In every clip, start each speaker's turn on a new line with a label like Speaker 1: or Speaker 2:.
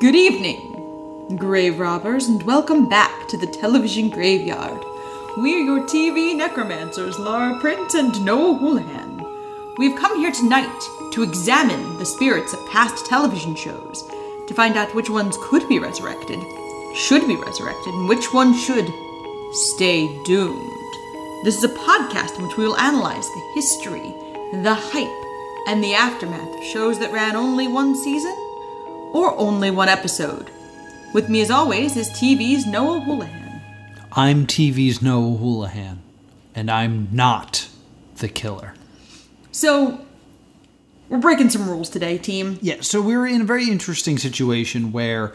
Speaker 1: Good evening, grave robbers, and welcome back to the television graveyard. We're your TV necromancers, Lara Prince and Noah Houlihan. We've come here tonight to examine the spirits of past television shows to find out which ones could be resurrected, should be resurrected, and which one should stay doomed. This is a podcast in which we will analyze the history, the hype, and the aftermath of shows that ran only one season or only one episode. With me, as always, is TV's Noah Houlihan.
Speaker 2: I'm TV's Noah Houlihan, and I'm not the killer.
Speaker 1: So, we're breaking some rules today, team.
Speaker 2: Yeah, so we're in a very interesting situation where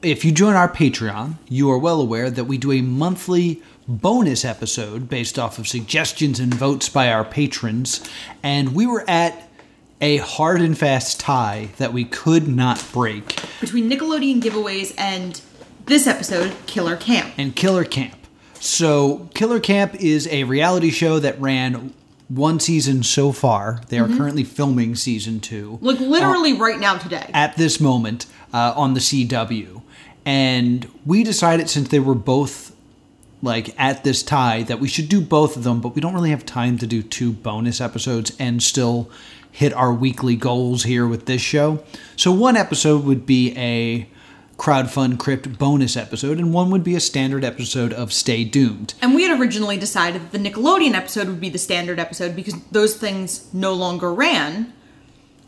Speaker 2: if you join our Patreon, you are well aware that we do a monthly bonus episode based off of suggestions and votes by our patrons, and we were at a hard and fast tie that we could not break.
Speaker 1: Between Nickelodeon giveaways and this episode, Killer Camp.
Speaker 2: and Killer Camp. So, Killer Camp is a reality show that ran one season so far. They are currently filming season two.
Speaker 1: Like, literally right now today.
Speaker 2: At this moment uh, on the CW. And we decided since they were both like at this tie that we should do both of them, but we don't really have time to do two bonus episodes and still hit our weekly goals here with this show. So one episode would be a crowdfund crypt bonus episode and one would be a standard episode of Stay Doomed.
Speaker 1: And we had originally decided that the Nickelodeon episode would be the standard episode because those things no longer ran.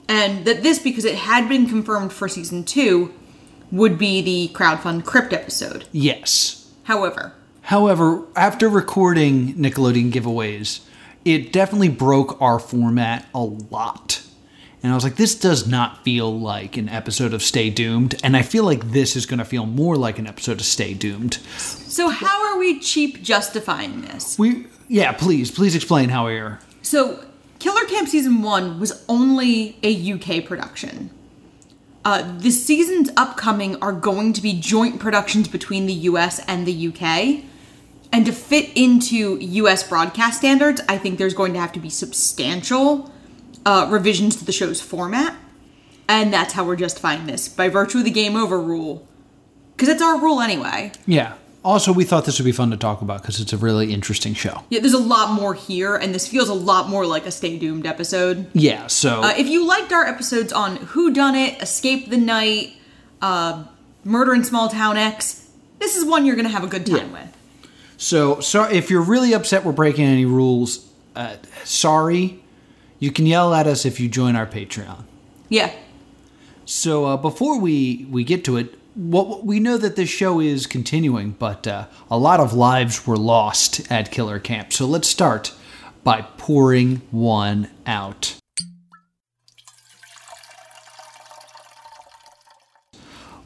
Speaker 1: And that this, because it had been confirmed for season two, would be the crowdfund crypt episode.
Speaker 2: Yes.
Speaker 1: However,
Speaker 2: However, after recording Nickelodeon giveaways, it definitely broke our format a lot. And I was like, this does not feel like an episode of Stay Doomed. And I feel like this is going to feel more like an episode of Stay Doomed.
Speaker 1: So how are we cheap justifying this?
Speaker 2: We, yeah, please, please explain how we are.
Speaker 1: So Killer Camp season 1 was only a UK production. Uh, the seasons upcoming are going to be joint productions between the US and the UK. And to fit into US broadcast standards, I think there's going to have to be substantial uh, revisions to the show's format. And that's how we're justifying this by virtue of the game over rule. Because it's our rule anyway.
Speaker 2: Yeah. Also, we thought this would be fun to talk about because it's a really interesting show.
Speaker 1: Yeah, there's a lot more here, and this feels a lot more like a Stay Doomed episode.
Speaker 2: Yeah, so.
Speaker 1: Uh, if you liked our episodes on Who Done It, Escape the Night, uh, Murder in Small Town X, this is one you're gonna have a good time with.
Speaker 2: So, so if you're really upset we're breaking any rules, uh, sorry. You can yell at us if you join our Patreon.
Speaker 1: Yeah,
Speaker 2: So uh, before we we get to it, what we know that this show is continuing, but uh, a lot of lives were lost at Killer Camp. So let's start by pouring one out.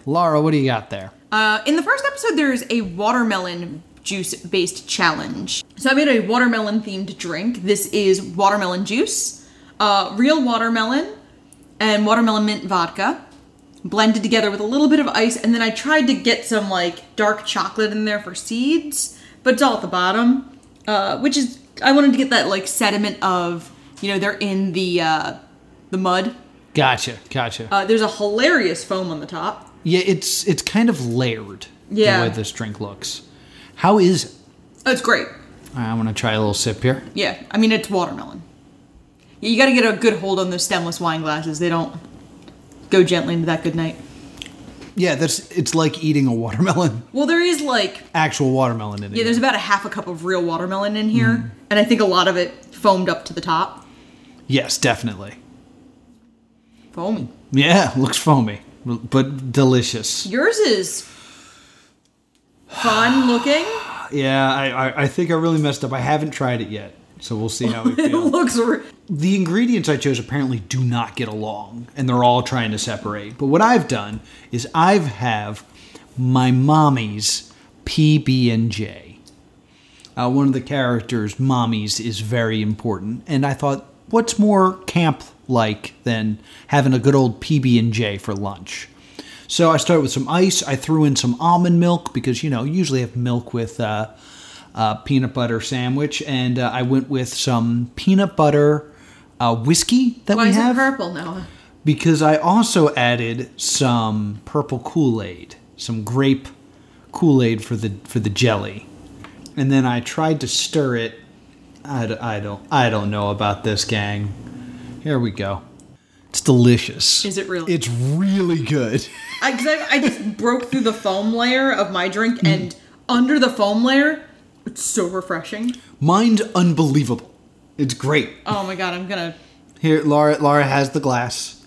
Speaker 2: Laura, what do you got there?
Speaker 1: Uh, in the first episode, there's a watermelon juice based challenge. So I made a watermelon themed drink. This is watermelon juice, uh, real watermelon, and watermelon mint vodka blended together with a little bit of ice. And then I tried to get some like dark chocolate in there for seeds, but it's all at the bottom, uh, which is, I wanted to get that like sediment of, you know, they're in the, uh, the mud.
Speaker 2: Gotcha, gotcha.
Speaker 1: Uh, there's a hilarious foam on the top.
Speaker 2: yeah, it's it's kind of layered
Speaker 1: Yeah.
Speaker 2: the way this drink looks. How is it?
Speaker 1: Oh, it's great.
Speaker 2: I want to try a little sip here.
Speaker 1: Yeah, I mean it's watermelon. Yeah, you got to get a good hold on those stemless wine glasses. They don't go gently into that good night.
Speaker 2: Yeah, that's it's like eating a watermelon,
Speaker 1: Well, there is like
Speaker 2: actual watermelon in it.
Speaker 1: yeah, there's about a half a cup of real watermelon in here,
Speaker 2: Mm.
Speaker 1: and I think a lot of it foamed up to the top.
Speaker 2: yes, definitely.
Speaker 1: Foamy.
Speaker 2: Yeah, looks foamy, but delicious.
Speaker 1: Yours is fun looking.
Speaker 2: Yeah, I, I, I think I really messed up. I haven't tried it yet, so we'll see how it
Speaker 1: it
Speaker 2: feels.
Speaker 1: looks. Re-
Speaker 2: the ingredients I chose apparently do not get along, and they're all trying to separate. But what I've done is I've have my mommy's PB and J. Uh, one of the characters, mommy's, is very important, and I thought, what's more camp like than having a good old PB and J for lunch? So I started with some ice. I threw in some almond milk because you know you usually have milk with uh, uh, peanut butter sandwich, and uh, I went with some peanut butter uh, whiskey that
Speaker 1: Why
Speaker 2: we
Speaker 1: is it
Speaker 2: have
Speaker 1: purple, Noah?
Speaker 2: because I also added some purple Kool-Aid, some grape Kool-Aid for the for the jelly. And then I tried to stir it. I, d- I don't I don't know about this gang. Here we go. It's delicious.
Speaker 1: Is it really?
Speaker 2: It's really good.
Speaker 1: I, 'cause I, I just broke through the foam layer of my drink,
Speaker 2: Mm.
Speaker 1: and under the foam layer, it's so refreshing.
Speaker 2: Mine's unbelievable. It's great.
Speaker 1: Oh my god, I'm gonna.
Speaker 2: Here, Laura. Laura has the glass.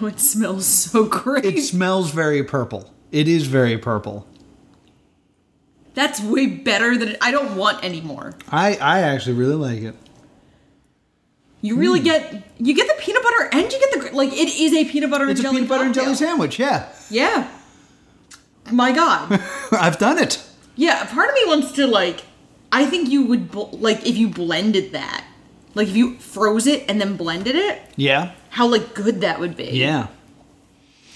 Speaker 1: Oh, it smells so great.
Speaker 2: It smells very purple. It is very purple.
Speaker 1: That's way better than I don't want anymore.
Speaker 2: I I actually really like it.
Speaker 1: You
Speaker 2: Hmm.
Speaker 1: really get you get the peanut butter and you get the gr- like it is a peanut butter and
Speaker 2: It's a
Speaker 1: jelly
Speaker 2: peanut butter and jelly
Speaker 1: cocktail.
Speaker 2: sandwich. Yeah,
Speaker 1: Yeah. My god.
Speaker 2: I've done it.
Speaker 1: yeah, part of me wants to like I think you would bl- like if you blended that. Like if you froze it and then blended it,
Speaker 2: Yeah.
Speaker 1: how like good that would be.
Speaker 2: Yeah.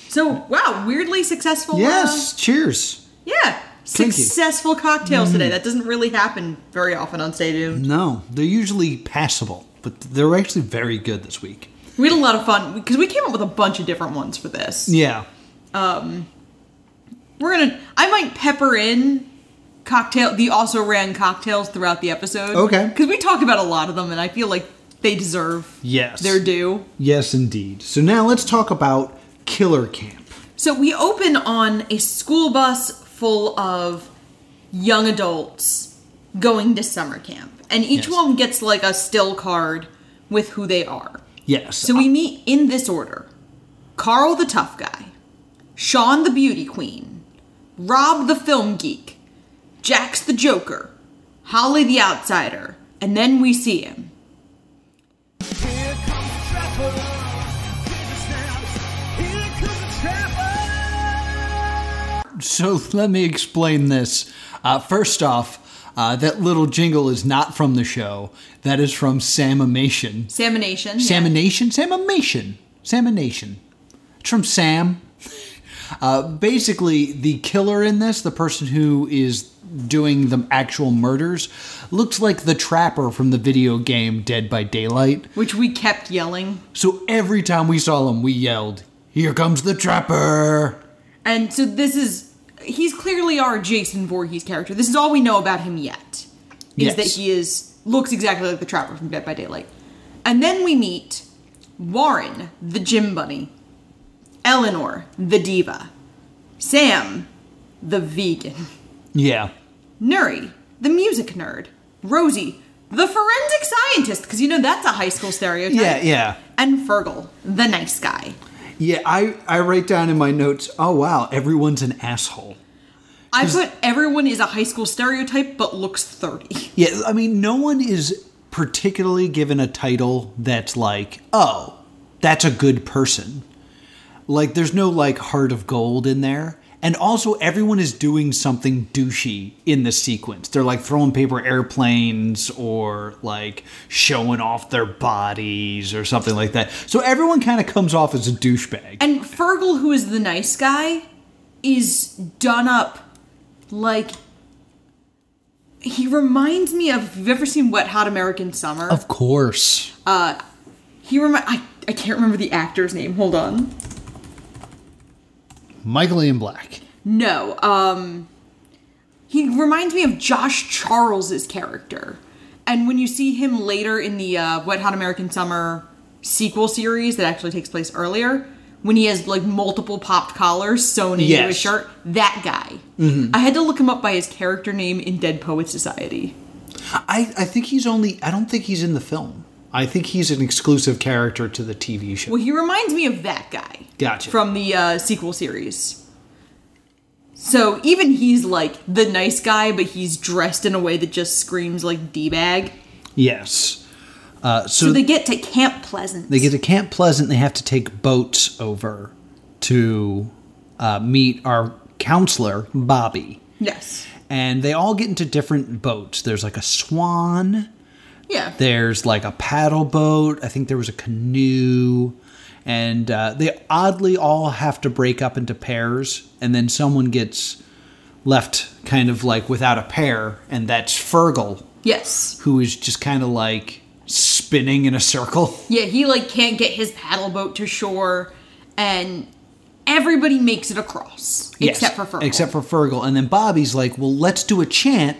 Speaker 1: So, wow, weirdly successful. uh,
Speaker 2: Yes. Cheers.
Speaker 1: yeah.
Speaker 2: Thank you. Hmm.
Speaker 1: Successful cocktails today. That doesn't really happen very often on Stadium.
Speaker 2: No, they're usually passable, but they're actually very good this week.
Speaker 1: We had a lot of fun because we came up with a bunch of different ones for this.
Speaker 2: Yeah.
Speaker 1: We're gonna. I might pepper in cocktail the also ran cocktails throughout the episode.
Speaker 2: Okay.
Speaker 1: Because we talk about a lot of them, and I feel like they deserve
Speaker 2: Yes.
Speaker 1: their due.
Speaker 2: Yes, indeed. So now let's talk about Killer Camp.
Speaker 1: So we open on a school bus full of young adults going to summer camp, and each
Speaker 2: Yes.
Speaker 1: one gets like a still card with who they are.
Speaker 2: Yes.
Speaker 1: So we meet in this order Carl the tough guy, Sean the beauty queen, Rob the film geek, Jax the joker, Holly the outsider, and then we see him.
Speaker 3: Here comes the trapper. Take the snaps. Here comes the trapper.
Speaker 2: uh, So let me explain this. Uh, first off, uh, that little jingle is not from the show. That is from Samimation.
Speaker 1: Samination.
Speaker 2: Samination? Samimation. Samination. It's from Sam. Uh, basically, the killer in this, the person who is doing the actual murders, looks like the trapper from the video game Dead by Daylight.
Speaker 1: Which we kept yelling.
Speaker 2: So every time we saw him, we yelled, Here comes the trapper!
Speaker 1: And so this is. He's clearly our Jason Voorhees character. This is all we know about him yet. Is
Speaker 2: Yes.
Speaker 1: that he is looks exactly like the trapper from Dead by Daylight. And then we meet Warren, the gym bunny, Eleanor, the diva, Sam, the vegan,
Speaker 2: Yeah.
Speaker 1: Nuri, the music nerd, Rosie, the forensic scientist, because you know that's a high school stereotype.
Speaker 2: Yeah, yeah.
Speaker 1: And Fergal, the nice guy.
Speaker 2: Yeah, I, I write down in my notes, oh wow, everyone's an asshole.
Speaker 1: I put everyone is a high school stereotype but looks 30.
Speaker 2: Yeah, I mean, no one is particularly given a title that's like, oh, that's a good person. Like, there's no like heart of gold in there. And also, everyone is doing something douchey in the sequence. They're like throwing paper airplanes or like showing off their bodies or something like that. So everyone kind of comes off as a douchebag.
Speaker 1: And Fergal, who is the nice guy, is done up like. He reminds me of. Have you ever seen Wet Hot American Summer?
Speaker 2: of course.
Speaker 1: he remi- I, I can't remember the actor's name. Hold on.
Speaker 2: Michael Ian Black.
Speaker 1: No. Um. He reminds me of Josh Charles's character. And when you see him later in the uh, Wet Hot American Summer sequel series that actually takes place earlier, when he has like multiple popped collars sewn into
Speaker 2: Yes.
Speaker 1: his shirt, that guy. I had to look him up by his character name in Dead Poets Society.
Speaker 2: I, I think he's only. I don't think he's in the film. I think he's an exclusive character to the TV show.
Speaker 1: Well, he reminds me of that guy.
Speaker 2: Gotcha.
Speaker 1: From the uh, sequel series. So even he's like the nice guy, but he's dressed in a way that just screams like d bag.
Speaker 2: yes. Uh, so
Speaker 1: So
Speaker 2: they,
Speaker 1: they get to Camp Pleasant.
Speaker 2: get to Camp Pleasant. They have to take boats over to uh, meet our counselor, Bobby.
Speaker 1: yes.
Speaker 2: And they all get into different boats. There's like a swan.
Speaker 1: Yeah.
Speaker 2: There's like a paddle boat. I think there was a canoe. And uh, they oddly all have to break up into pairs. And then someone gets left kind of like without a pair. And that's Fergal,
Speaker 1: yes.
Speaker 2: who is just kind of like, spinning in a circle.
Speaker 1: Yeah, he like can't get his paddle boat to shore, and everybody makes it across
Speaker 2: Yes,
Speaker 1: except for Fergal.
Speaker 2: Except for Fergal. And then Bobby's like, well, let's do a chant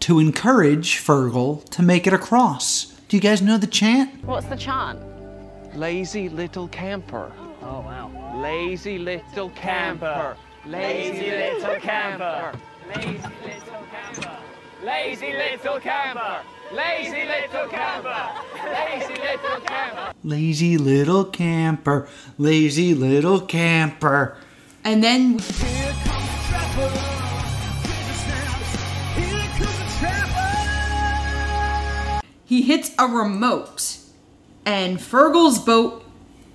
Speaker 2: to encourage Fergal to make it across. Do you guys know the chant?
Speaker 4: What's the chant?
Speaker 5: Lazy little camper.
Speaker 4: Oh, wow.
Speaker 5: Lazy little camper. Lazy little camper. Lazy little camper. Lazy little camper. Lazy little camper. Lazy little camper.
Speaker 2: Lazy little camper, lazy little camper.
Speaker 1: and
Speaker 3: Here
Speaker 1: then
Speaker 3: comes the trapper. Hear the sounds. Here comes the trapper.
Speaker 1: he hits a remote, and Fergal's boat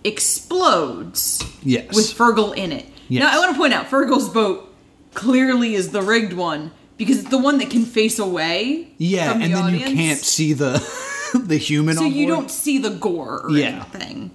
Speaker 1: explodes
Speaker 2: Yes.
Speaker 1: with Fergal in it.
Speaker 2: Yes.
Speaker 1: Now I want to point out Fergal's boat clearly is the rigged one because it's the one that can face away.
Speaker 2: yeah,
Speaker 1: from the
Speaker 2: and then
Speaker 1: audience.
Speaker 2: you can't see the the human
Speaker 1: so
Speaker 2: on
Speaker 1: you
Speaker 2: board.
Speaker 1: don't see the gore or
Speaker 2: Yeah.
Speaker 1: anything.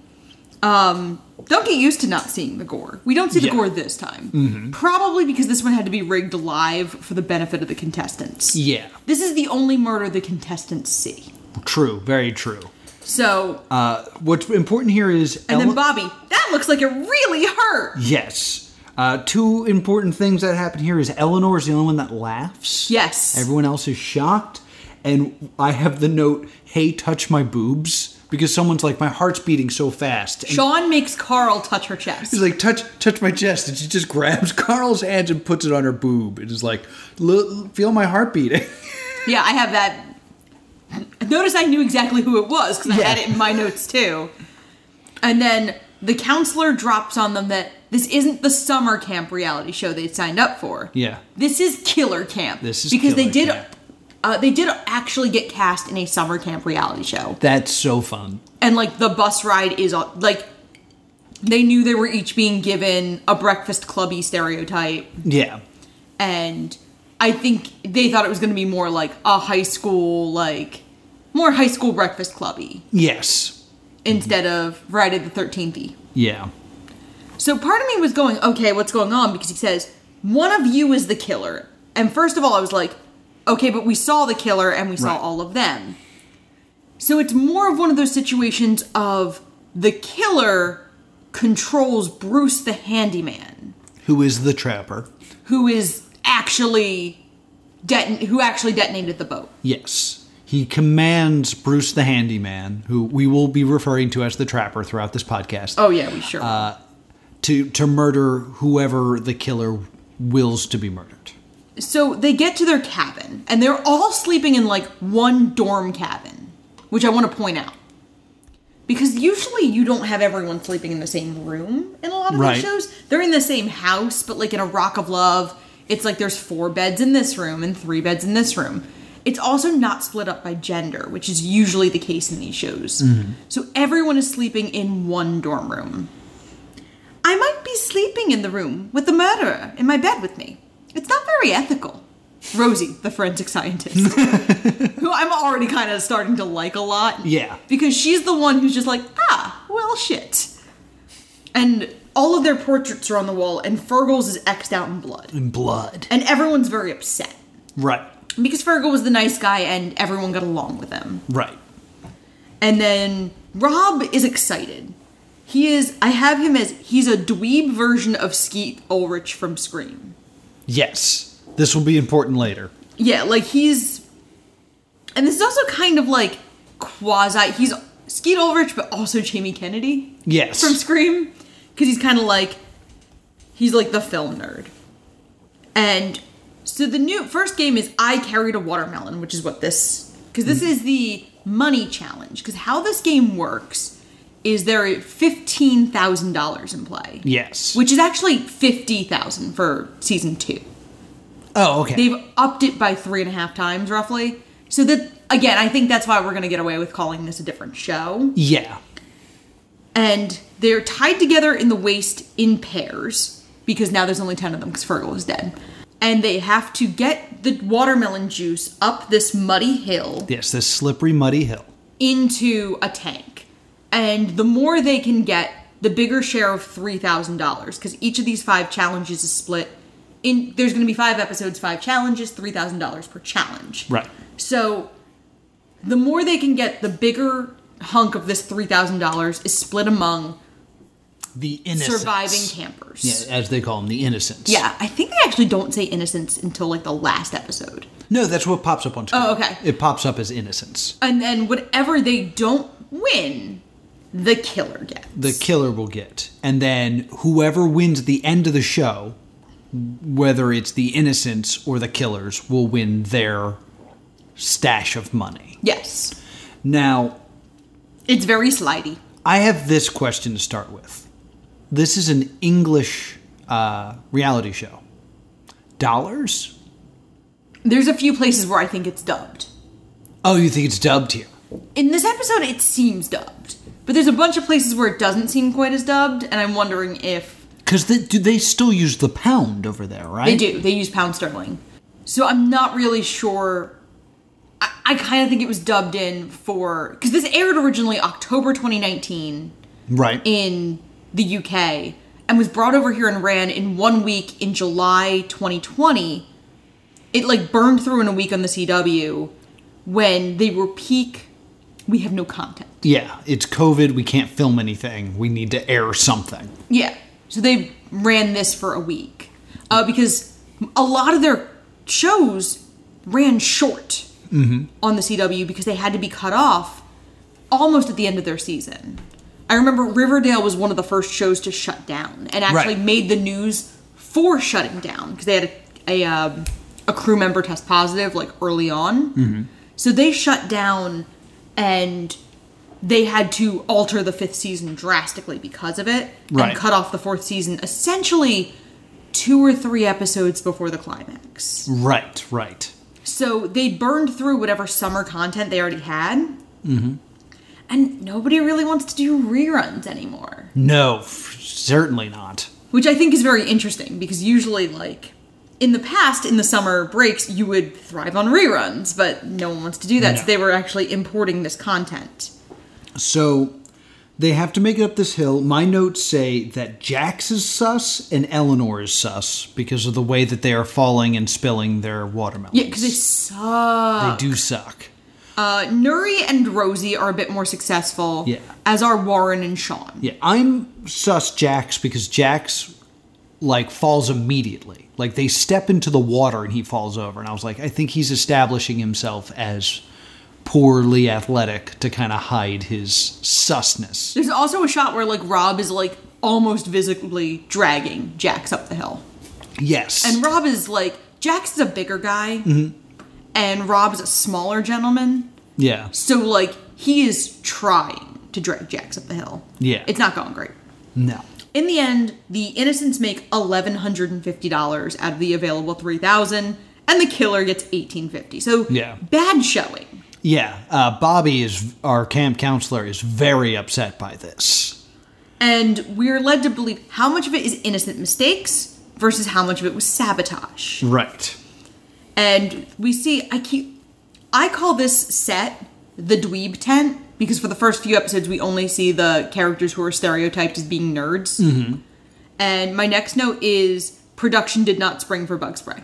Speaker 1: Um, don't get used to not seeing the gore. We don't see the
Speaker 2: Yeah. Mm-hmm.
Speaker 1: gore this time, probably because this one had to be rigged live for the benefit of the contestants.
Speaker 2: Yeah,
Speaker 1: This is the only murder the contestants see.
Speaker 2: true, very true.
Speaker 1: So,
Speaker 2: Uh, what's important here is
Speaker 1: and
Speaker 2: Ellen-
Speaker 1: then Bobby, that looks like it really hurt.
Speaker 2: Yes. Uh, two important things that happen here is Eleanor's the only one that laughs.
Speaker 1: Yes.
Speaker 2: Everyone else is shocked. And I have the note, hey, touch my boobs. Because someone's like, my heart's beating so fast. And
Speaker 1: Sean makes Carl touch her chest.
Speaker 2: she's like, touch touch my chest. And she just grabs Carl's hands and puts it on her boob. And is like, "Look, feel my heart beating.
Speaker 1: yeah, I have that. Notice I knew exactly who it was because I had
Speaker 2: Yeah.
Speaker 1: it in my notes too. And then the counselor drops on them that this isn't the summer camp reality show they'd signed up for.
Speaker 2: Yeah.
Speaker 1: This is killer camp.
Speaker 2: This is
Speaker 1: because they
Speaker 2: killer
Speaker 1: did
Speaker 2: camp.
Speaker 1: uh, they did actually get cast in a summer camp reality show.
Speaker 2: That's so fun.
Speaker 1: and like the bus ride is on like they knew they were each being given a breakfast clubby stereotype
Speaker 2: Yeah.
Speaker 1: and i think they thought it was going to be more like a high school like more high school breakfast clubby
Speaker 2: Yes.
Speaker 1: instead of friday the 13th
Speaker 2: Yeah.
Speaker 1: so part of me was going okay what's going on because he says one of you is the killer and first of all i was like okay but we saw the killer and we saw
Speaker 2: Right.
Speaker 1: all of them so it's more of one of those situations of the killer controls bruce the handyman
Speaker 2: Who is the trapper?
Speaker 1: who is actually deton- who actually detonated the boat
Speaker 2: Yes. He commands Bruce the handyman, who we will be referring to as the trapper throughout this podcast,
Speaker 1: oh yeah we sure will.
Speaker 2: to to murder whoever the killer wills to be murdered.
Speaker 1: So they get to their cabin, and they're all sleeping in like one dorm cabin, which I want to point out. Because usually you don't have everyone sleeping in the same room in a lot of
Speaker 2: Right.
Speaker 1: these shows. They're in the same house, but like in a Rock of Love, it's like there's four beds in this room and three beds in this room. It's also not split up by gender, which is usually the case in these shows. So everyone is sleeping in one dorm room. I might be sleeping in the room with the murderer in my bed with me. It's not very ethical. Rosie, the forensic scientist, who I'm already kind of starting to like a lot.
Speaker 2: Yeah.
Speaker 1: Because she's the one who's just like, ah, well, shit. And all of their portraits are on the wall, and Fergal's is X'd out in blood.
Speaker 2: In blood.
Speaker 1: And everyone's very upset.
Speaker 2: Right.
Speaker 1: Because Fergal was the nice guy, and everyone got along with him.
Speaker 2: Right.
Speaker 1: And then Rob is excited. He is, I have him as, he's a dweeb version of Skeet Ulrich from Scream.
Speaker 2: Yes. This will be important later.
Speaker 1: Yeah, like he's, and this is also kind of like quasi, he's Skeet Ulrich, but also Jamie Kennedy
Speaker 2: Yes.
Speaker 1: from Scream. Because he's kind of like, he's like the film nerd. And so the new first game is I carried a watermelon, which is what this because
Speaker 2: Mm-hmm.
Speaker 1: this is the money challenge. Because how this game works is there are fifteen thousand dollars in play.
Speaker 2: yes.
Speaker 1: Which is actually fifty thousand for season two.
Speaker 2: oh, okay.
Speaker 1: They've upped it by three and a half times roughly. So that again, I think that's why we're gonna get away with calling this a different show
Speaker 2: yeah.
Speaker 1: and they're tied together in the waist in pairs because now there's only 10 of them because Fergal is dead. And they have to get the watermelon juice up this muddy hill
Speaker 2: Yes, this slippery muddy hill.
Speaker 1: into a tank. And the more they can get, the bigger share of $3,000 because each of these five challenges is split. In, there's going to be five episodes, five challenges, $3,000 per challenge.
Speaker 2: Right.
Speaker 1: So the more they can get, the bigger hunk of this three thousand dollars is split among
Speaker 2: The innocents.
Speaker 1: surviving campers.
Speaker 2: Yeah, as they call them, the innocents.
Speaker 1: Yeah, I think they actually don't say innocence until like the last episode.
Speaker 2: No, that's what pops up on screen.
Speaker 1: Oh, okay.
Speaker 2: It pops up as innocents.
Speaker 1: And then whatever they don't win, the killer gets.
Speaker 2: The killer will get. And then whoever wins at the end of the show, whether it's the innocents or the killers, will win their stash of money.
Speaker 1: yes.
Speaker 2: Now,
Speaker 1: It's very slidey.
Speaker 2: I have this question to start with. This is an English uh, reality show. Dollars?
Speaker 1: There's a few places where I think it's dubbed.
Speaker 2: Oh, you think it's dubbed here?
Speaker 1: In this episode, it seems dubbed. But there's a bunch of places where it doesn't seem quite as dubbed, and I'm wondering if
Speaker 2: Because do they still use the pound over there, right?
Speaker 1: they do. They use pound sterling. So I'm not really sure. I, I kind of think it was dubbed in for. Because this aired originally October 2019.
Speaker 2: Right.
Speaker 1: in the UK and was brought over here and ran in one week in July 2020. It like burned through in a week on the CW when they were peak. We have no content.
Speaker 2: yeah, it's COVID. We can't film anything. We need to air something.
Speaker 1: Yeah. So they ran this for a week uh, because a lot of their shows ran short on the CW because they had to be cut off almost at the end of their season. I remember Riverdale was one of the first shows to shut down and actually
Speaker 2: Right.
Speaker 1: made the news for shutting down because they had a, a, um, a crew member test positive like early on. So they shut down and they had to alter the fifth season drastically because of it
Speaker 2: Right.
Speaker 1: and cut off the fourth season essentially two or three episodes before the climax.
Speaker 2: Right, right.
Speaker 1: So they burned through whatever summer content they already had. Mm-hmm. And nobody really wants to do reruns anymore,
Speaker 2: No, f- certainly not.
Speaker 1: which I think is very interesting because usually, like, in the past, in the summer breaks, you would thrive on reruns, but no one wants to do that.
Speaker 2: No.
Speaker 1: So they were actually importing this content.
Speaker 2: So they have to make it up this hill. My notes say that Jax is sus and Eleanor is sus because of the way that they are falling and spilling their watermelons.
Speaker 1: Yeah, because they suck.
Speaker 2: they do suck.
Speaker 1: Uh, Nuri and Rosie are a bit more successful.
Speaker 2: Yeah.
Speaker 1: As are Warren and Sean.
Speaker 2: Yeah, I'm sus Jax because Jax like falls immediately. Like they step into the water and he falls over, and I was like, I think he's establishing himself as poorly athletic to kind of hide his susness.
Speaker 1: There's also a shot where like Rob is like almost visibly dragging Jax up the hill,
Speaker 2: Yes,
Speaker 1: and Rob is like Jax is a bigger guy,
Speaker 2: Mm-hmm.
Speaker 1: and Rob's a smaller gentleman.
Speaker 2: yeah,
Speaker 1: So like he is trying to drag Jax up the hill.
Speaker 2: Yeah.
Speaker 1: It's not going great.
Speaker 2: no,
Speaker 1: In the end, the innocents make eleven hundred and fifty dollars out of the available three thousand, and the killer gets eighteen fifty. So
Speaker 2: Yeah.
Speaker 1: bad showing.
Speaker 2: yeah. Uh, Bobby is our camp counselor is very upset by this.
Speaker 1: And we're led to believe how much of it is innocent mistakes versus how much of it was sabotage.
Speaker 2: Right.
Speaker 1: And we see I keep I call this set the dweeb tent because for the first few episodes we only see the characters who are stereotyped as being nerds. And my next note is production did not spring for bug spray.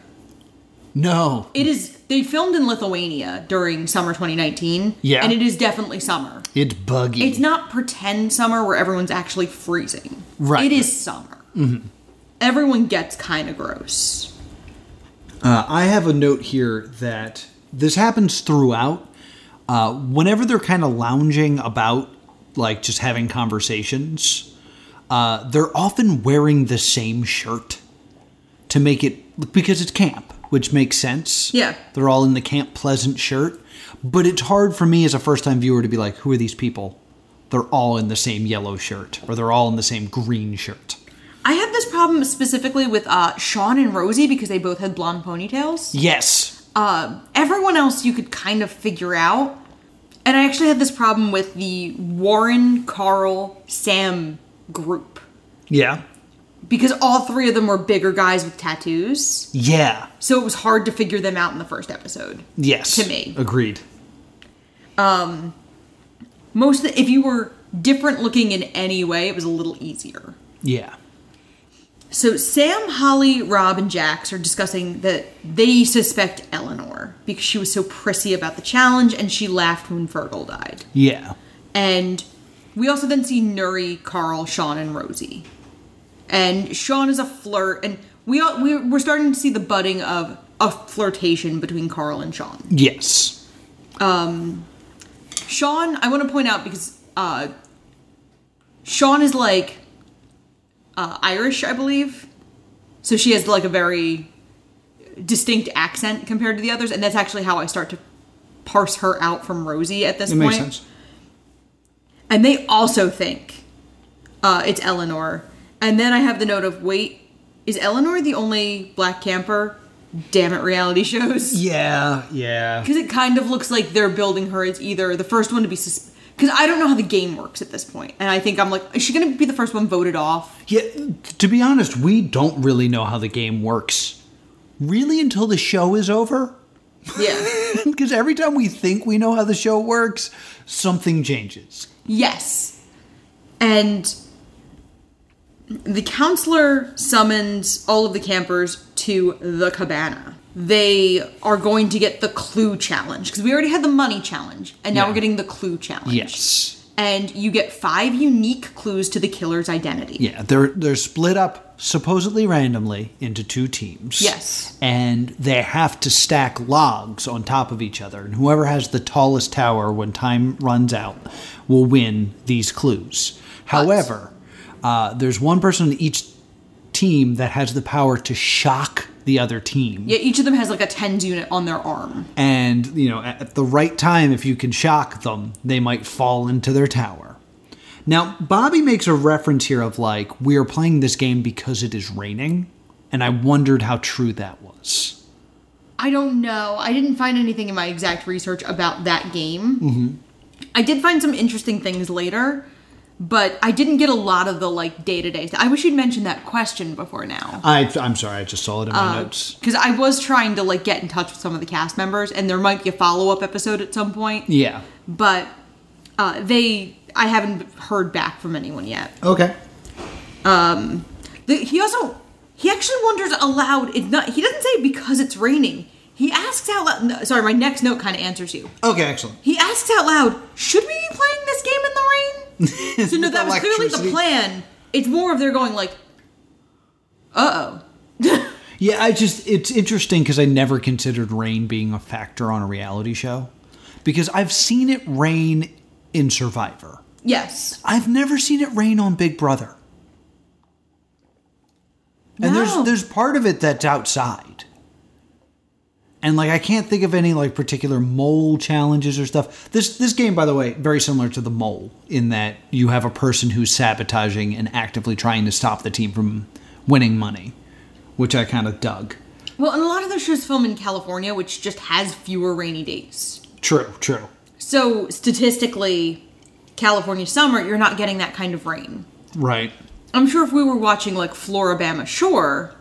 Speaker 2: No.
Speaker 1: It is they filmed in Lithuania during summer 2019.
Speaker 2: Yeah.
Speaker 1: And it is definitely summer.
Speaker 2: It's buggy.
Speaker 1: It's not pretend summer where everyone's actually freezing.
Speaker 2: Right.
Speaker 1: It is summer. Everyone gets kind of gross.
Speaker 2: Uh, I have a note here that this happens throughout. Uh, whenever they're kind of lounging about, like just having conversations, uh, they're often wearing the same shirt to make it because it's camp, which makes sense.
Speaker 1: Yeah.
Speaker 2: They're all in the Camp Pleasant shirt. But it's hard for me as a first time viewer to be like, who are these people? They're all in the same yellow shirt or they're all in the same green shirt.
Speaker 1: I had this problem specifically with uh, Sean and Rosie because they both had blonde ponytails.
Speaker 2: Yes.
Speaker 1: Um, everyone else you could kind of figure out. And I actually had this problem with the Warren, Carl, Sam group
Speaker 2: Yeah.
Speaker 1: because all three of them were bigger guys with tattoos.
Speaker 2: Yeah.
Speaker 1: So it was hard to figure them out in the first episode.
Speaker 2: Yes.
Speaker 1: To me.
Speaker 2: Agreed.
Speaker 1: Most of the, if you were different looking in any way, it was a little easier.
Speaker 2: Yeah.
Speaker 1: So Sam, Holly, Rob, and Jax are discussing that they suspect Eleanor because because she was so prissy about the challenge and she laughed when Fergal died.
Speaker 2: Yeah.
Speaker 1: And we also then see Nuri, Carl, Sean, and Rosie. And Sean is a flirt, and we all, we're, we're starting to see the budding of a flirtation between Carl and Sean.
Speaker 2: Yes.
Speaker 1: Sean, I want to point out because uh, Sean is like uh, Irish, I believe. So she has like a very distinct accent compared to the others, and that's actually how I start to parse her out from Rosie at this
Speaker 2: It
Speaker 1: point.
Speaker 2: makes sense.
Speaker 1: And they also think uh, it's Eleanor. And then I have the note of wait, is Eleanor the only black camper? Damn it, reality shows.
Speaker 2: Yeah, yeah.
Speaker 1: Because it kind of looks like they're building her as either the first one to be sus Because I don't know how the game works at this point, and I think I'm like, is she going to be the first one voted off?
Speaker 2: Yeah, to be honest, we don't really know how the game works. Really until the show is over?
Speaker 1: Yeah.
Speaker 2: Because every time we think we know how the show works, something changes.
Speaker 1: yes. And the counselor summons all of the campers to the cabana. They are going to get the clue challenge because we already had the money challenge, and now
Speaker 2: Yeah.
Speaker 1: we're getting the clue challenge.
Speaker 2: Yes.
Speaker 1: And you get five unique clues to the killer's identity.
Speaker 2: Yeah, they're they're split up supposedly randomly into two teams.
Speaker 1: Yes.
Speaker 2: And they have to stack logs on top of each other, and whoever has the tallest tower when time runs out will win these clues. However, uh, there's one person in each team that has the power to shock the other team.
Speaker 1: Yeah, each of them has like a tens unit on their arm.
Speaker 2: and you know at at the right time if you can shock them they might fall into their tower now bobby makes a reference here of like we are playing this game because it is raining and i wondered how true that was
Speaker 1: I don't know. I didn't find anything in my exact research about that game. I did find some interesting things later, but I didn't get a lot of the like day to day. I wish you'd mentioned that question before now.
Speaker 2: I, i'm sorry i just saw it in my notes
Speaker 1: Because I was trying to like get in touch with some of the cast members, and there might be a follow up episode at some point.
Speaker 2: yeah
Speaker 1: But uh, they, I haven't heard back from anyone yet.
Speaker 2: okay
Speaker 1: The, he also he actually wonders aloud. It's not. He doesn't say because it's raining. He asks out loud. No, sorry, my next note kind of answers you.
Speaker 2: okay excellent
Speaker 1: He asks out loud, "Should we be playing this game in the rain?" so no, that was clearly the
Speaker 2: Electricity.
Speaker 1: plan. It's more of they're going like, "Uh oh."
Speaker 2: yeah i just it's interesting because i never considered rain being a factor on a reality show because i've seen it rain in survivor
Speaker 1: Yes.
Speaker 2: I've never seen it rain on Big Brother. And
Speaker 1: No.
Speaker 2: there's there's part of it that's outside. And like I can't think of any like particular mole challenges or stuff. This this game, by the way, very similar to the mole in that you have a person who's sabotaging and actively trying to stop the team from winning money, which I kind of dug.
Speaker 1: Well, and a lot of those shows film in California, which just has fewer rainy days.
Speaker 2: True, true.
Speaker 1: So statistically, California summer, you're not getting that kind of rain.
Speaker 2: Right.
Speaker 1: I'm sure if we were watching like Floribama Shore,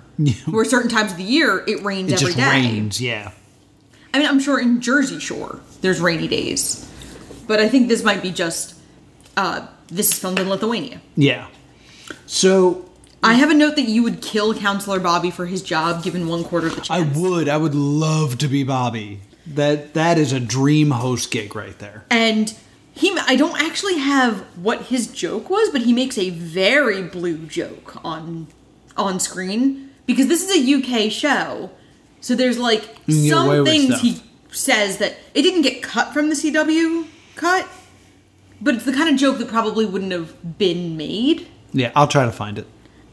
Speaker 1: where certain times of the year it rains
Speaker 2: It
Speaker 1: every
Speaker 2: just
Speaker 1: day.
Speaker 2: rains, yeah.
Speaker 1: I mean, I'm sure in Jersey Shore there's rainy days, but I think this might be just uh, this is filmed in Lithuania.
Speaker 2: Yeah. So
Speaker 1: I have a note that you would kill Counselor Bobby for his job given one quarter of the
Speaker 2: I
Speaker 1: chance.
Speaker 2: would. I would love to be Bobby. That that is a dream host gig right there.
Speaker 1: and he, I don't actually have what his joke was, but he makes a very blue joke on on screen because this is a UK show, so there's like
Speaker 2: can get away
Speaker 1: some
Speaker 2: with
Speaker 1: things
Speaker 2: stuff.
Speaker 1: he says that it didn't get cut from the CW cut, but it's the kind of joke that probably wouldn't have been made.
Speaker 2: Yeah, I'll try to find it.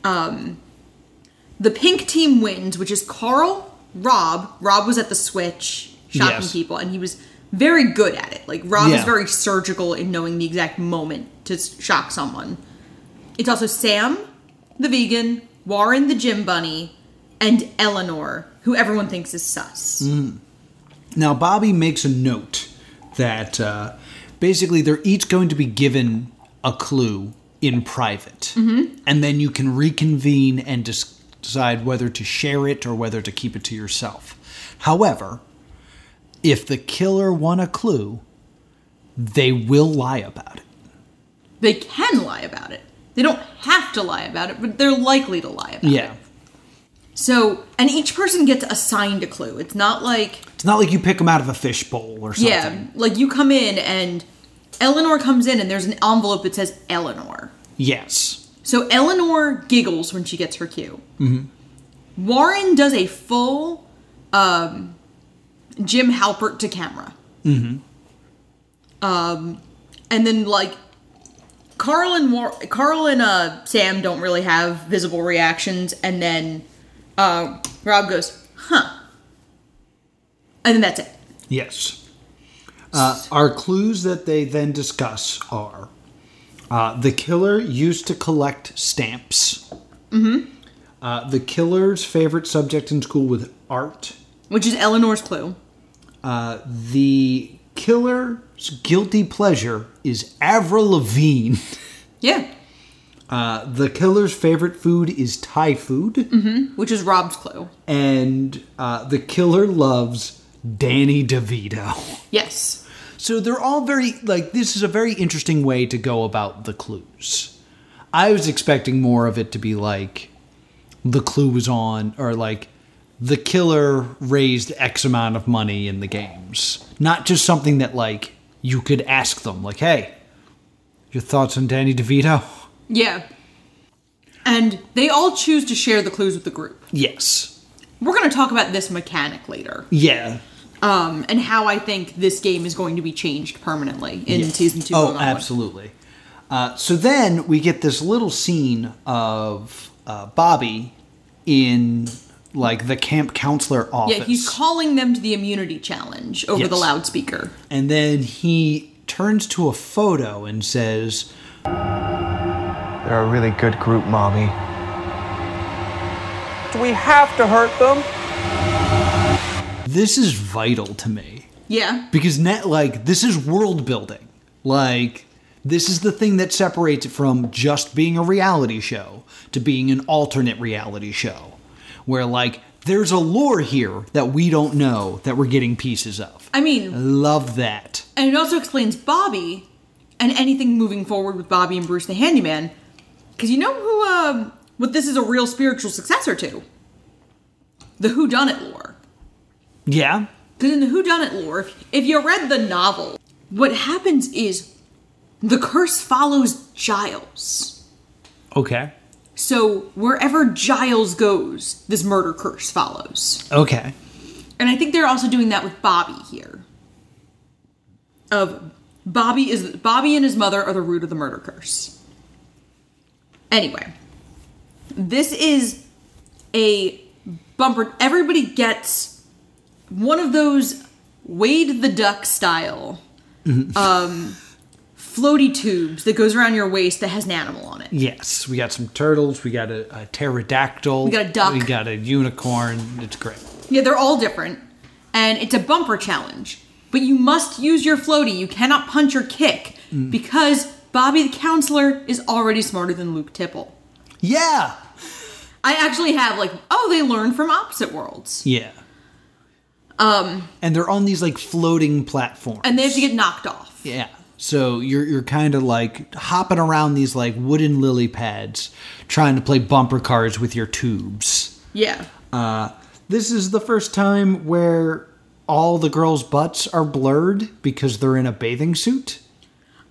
Speaker 1: The pink team wins, which is Carl, Rob. Rob was at the switch shocking
Speaker 2: Yes.
Speaker 1: people, and he was very good at it. Like Rob is
Speaker 2: Yeah.
Speaker 1: very surgical in knowing the exact moment to s- shock someone. It's also Sam, the vegan, Warren, the gym bunny, and Eleanor, who everyone thinks is sus.
Speaker 2: Mm. Now Bobby makes a note that uh, basically they're each going to be given a clue in private, and then you can reconvene and dis- decide whether to share it or whether to keep it to yourself. However, if the killer won a clue, they will lie about it.
Speaker 1: They can lie about it. They don't have to lie about it, but they're likely to lie about it.
Speaker 2: Yeah.
Speaker 1: So, and each person gets assigned a clue. It's not like
Speaker 2: It's not like you pick them out of a fishbowl or something.
Speaker 1: Yeah, like you come in and Eleanor comes in and there's an envelope that says Eleanor.
Speaker 2: Yes.
Speaker 1: So Eleanor giggles when she gets her cue. Warren does a full um, Jim Halpert to camera. Um, and then like Carl and War- Carl and uh, Sam don't really have visible reactions, and then uh, Rob goes, "Huh," and then that's it.
Speaker 2: Yes. Uh, our clues that they then discuss are uh, the killer used to collect stamps. Mm-hmm. Uh, the killer's favorite subject in school was art.
Speaker 1: Which is Eleanor's clue.
Speaker 2: The killer's guilty pleasure is Avril Lavigne.
Speaker 1: Yeah,
Speaker 2: Uh, the killer's favorite food is Thai food.
Speaker 1: which is Rob's clue.
Speaker 2: And uh, the killer loves Danny DeVito.
Speaker 1: Yes.
Speaker 2: So they're all very like this is a very interesting way to go about the clues. I was expecting more of it to be like the clue was on or like the killer raised X amount of money in the games. Not just something that like you could ask them like, "Hey, your thoughts on Danny DeVito?"
Speaker 1: Yeah. And they all choose to share the clues with the group.
Speaker 2: Yes.
Speaker 1: We're going to talk about this mechanic later
Speaker 2: Yeah.
Speaker 1: um, and how I think this game is going to be changed permanently in
Speaker 2: Yes.
Speaker 1: season two.
Speaker 2: Oh,
Speaker 1: going onward.
Speaker 2: absolutely. Uh, so then we get this little scene of uh, Bobby in like the camp counselor office.
Speaker 1: Yeah, he's calling them to the immunity challenge over the
Speaker 2: Yes.
Speaker 1: loudspeaker.
Speaker 2: and then he turns to a photo and says,
Speaker 4: They're a really good group, Mommy.
Speaker 5: Do we have to hurt them?
Speaker 2: "This is vital to me
Speaker 1: Yeah.
Speaker 2: because net like this is world building. Like this is the thing that separates it from just being a reality show to being an alternate reality show where like there's a lore here that we don't know that we're getting pieces of.
Speaker 1: I mean,
Speaker 2: Love that.
Speaker 1: and it also explains Bobby and anything moving forward with Bobby and Bruce the Handyman. Because you know who, um, what this is a real spiritual successor to? The Who Done It lore.
Speaker 2: Yeah.
Speaker 1: Because in the whodunit lore, if- if you read the novel, what happens is the curse follows Giles.
Speaker 2: Okay.
Speaker 1: So wherever Giles goes, this murder curse follows.
Speaker 2: Okay.
Speaker 1: And I think they're also doing that with Bobby here. Of Bobby is Bobby and his mother are the root of the murder curse. Anyway, this is a bumper. Everybody gets one of those Wade the Duck style um, floaty tubes that goes around your waist that has an animal on it.
Speaker 2: Yes, we got some turtles. We got a, a pterodactyl. We
Speaker 1: got a duck.
Speaker 2: We got a unicorn. It's great.
Speaker 1: Yeah, they're all different. And it's a bumper challenge. But you must use your floaty. You cannot punch or kick because Bobby the counselor is already smarter than Luke Tipple.
Speaker 2: Yeah.
Speaker 1: I actually have like, oh, they learn from opposite worlds.
Speaker 2: Yeah. Um. And they're on these like floating platforms.
Speaker 1: And they have to get knocked off.
Speaker 2: yeah. So you're you're kind of like hopping around these like wooden lily pads, trying to play bumper cars with your tubes. Uh,
Speaker 1: Yeah.
Speaker 2: This is the first time where all the girls' butts are blurred because they're in a bathing suit.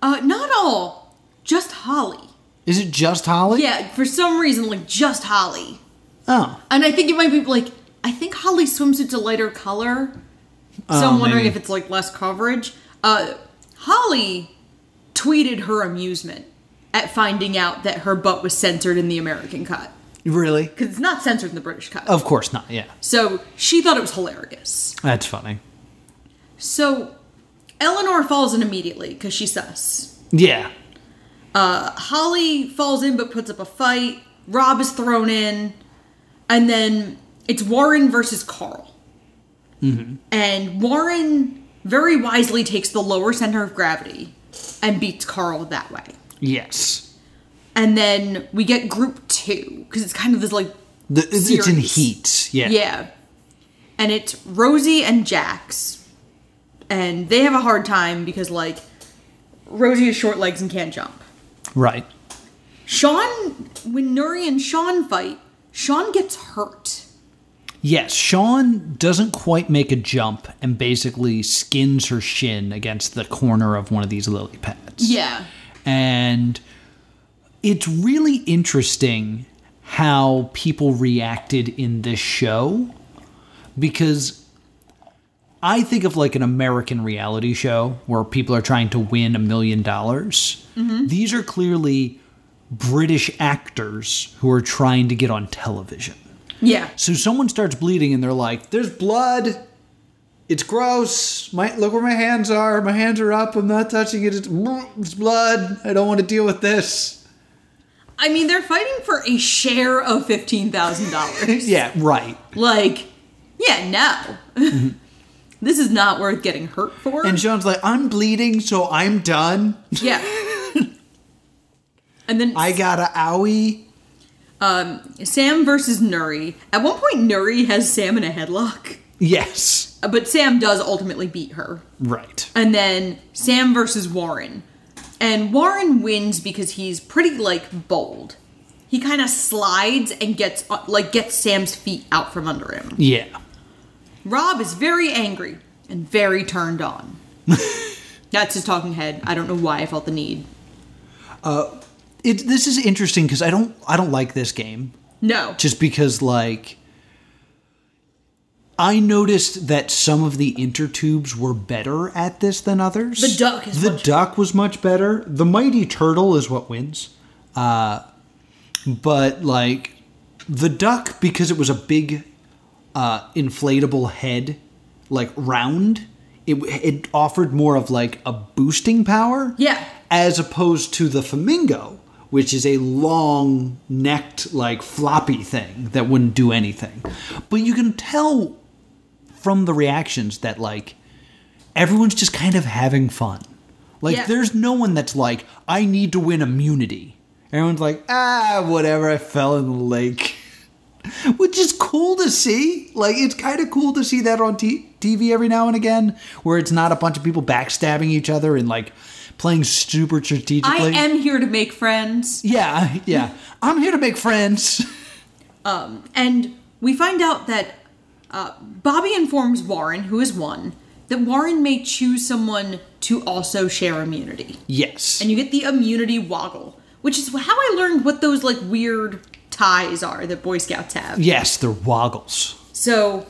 Speaker 1: Uh, not all. Just Holly.
Speaker 2: Is it just Holly?
Speaker 1: Yeah, for some reason, like just Holly.
Speaker 2: Oh.
Speaker 1: And I think it might be like, I think Holly's swimsuit's a lighter color. So I'm wondering
Speaker 2: Oh, maybe.
Speaker 1: if it's like less coverage. Uh, Holly tweeted her amusement at finding out that her butt was censored in the American cut.
Speaker 2: Really?
Speaker 1: Because it's not censored in the British cut.
Speaker 2: Of course not. Yeah.
Speaker 1: So she thought it was hilarious.
Speaker 2: That's funny.
Speaker 1: So Eleanor falls in immediately because she's sus.
Speaker 2: Yeah.
Speaker 1: Uh, Holly falls in but puts up a fight. Rob is thrown in. And then it's Warren versus Carl. And Warren very wisely takes the lower center of gravity and beats Carl that way.
Speaker 2: Yes.
Speaker 1: And then we get group two because it's kind of this like,
Speaker 2: The, it's it's in
Speaker 1: Series.
Speaker 2: heat. Yeah.
Speaker 1: yeah. And it's Rosie and Jax. And they have a hard time because, like, Rosie has short legs and can't jump.
Speaker 2: Right.
Speaker 1: Sean, when Nuri and Sean fight, Sean gets hurt.
Speaker 2: Yes, Sean doesn't quite make a jump and basically skins her shin against the corner of one of these lily pads.
Speaker 1: Yeah.
Speaker 2: And it's really interesting how people reacted in this show because I think of like an American reality show where people are trying to win a million dollars. These are clearly British actors who are trying to get on television.
Speaker 1: Yeah.
Speaker 2: So someone starts bleeding and they're like, there's blood. It's gross. My look where my hands are. My hands are up. I'm not touching it. It's, it's blood. I don't want to deal with this.
Speaker 1: I mean, they're fighting for a share of $15,000.
Speaker 2: Yeah, right.
Speaker 1: like, yeah, no. this is not worth getting hurt for.
Speaker 2: And Sean's like, I'm bleeding, so I'm done.
Speaker 1: yeah. and then
Speaker 2: I got a owie.
Speaker 1: Sam versus Nuri. At one point, Nuri has Sam in a headlock,
Speaker 2: Yes.
Speaker 1: uh, but Sam does ultimately beat her.
Speaker 2: Right.
Speaker 1: And then Sam versus Warren. And Warren wins because he's pretty like bold. He kind of slides and gets uh, like gets Sam's feet out from under him.
Speaker 2: Yeah.
Speaker 1: Rob is very angry and very turned on. That's his talking head. I don't know why I felt the need.
Speaker 2: It, this is interesting because I don't I don't like this game.
Speaker 1: No.
Speaker 2: just because like I noticed that some of the intertubes were better at this than others.
Speaker 1: The duck is
Speaker 2: the
Speaker 1: much-
Speaker 2: duck was much better. The mighty turtle is what wins, uh, but like the duck because it was a big uh, inflatable head, like round. It it offered more of like a boosting power.
Speaker 1: Yeah.
Speaker 2: as opposed to the flamingo, which is a long necked like floppy thing that wouldn't do anything. But you can tell from the reactions that like everyone's just kind of having fun. Like
Speaker 1: Yeah.
Speaker 2: there's no one that's like, I need to win immunity. Everyone's like, ah, whatever, I fell in the lake. Which is cool to see. Like, it's kind of cool to see that on t- TV every now and again, where it's not a bunch of people backstabbing each other and like playing super
Speaker 1: I
Speaker 2: strategically.
Speaker 1: am here to make friends.
Speaker 2: yeah, yeah. I'm here to make friends.
Speaker 1: And we find out that uh, Bobby informs Warren, who is one, that Warren may choose someone to also share immunity.
Speaker 2: yes.
Speaker 1: And you get the immunity woggle, which is how I learned what those like weird ties are that Boy Scouts have.
Speaker 2: yes, they're woggles.
Speaker 1: So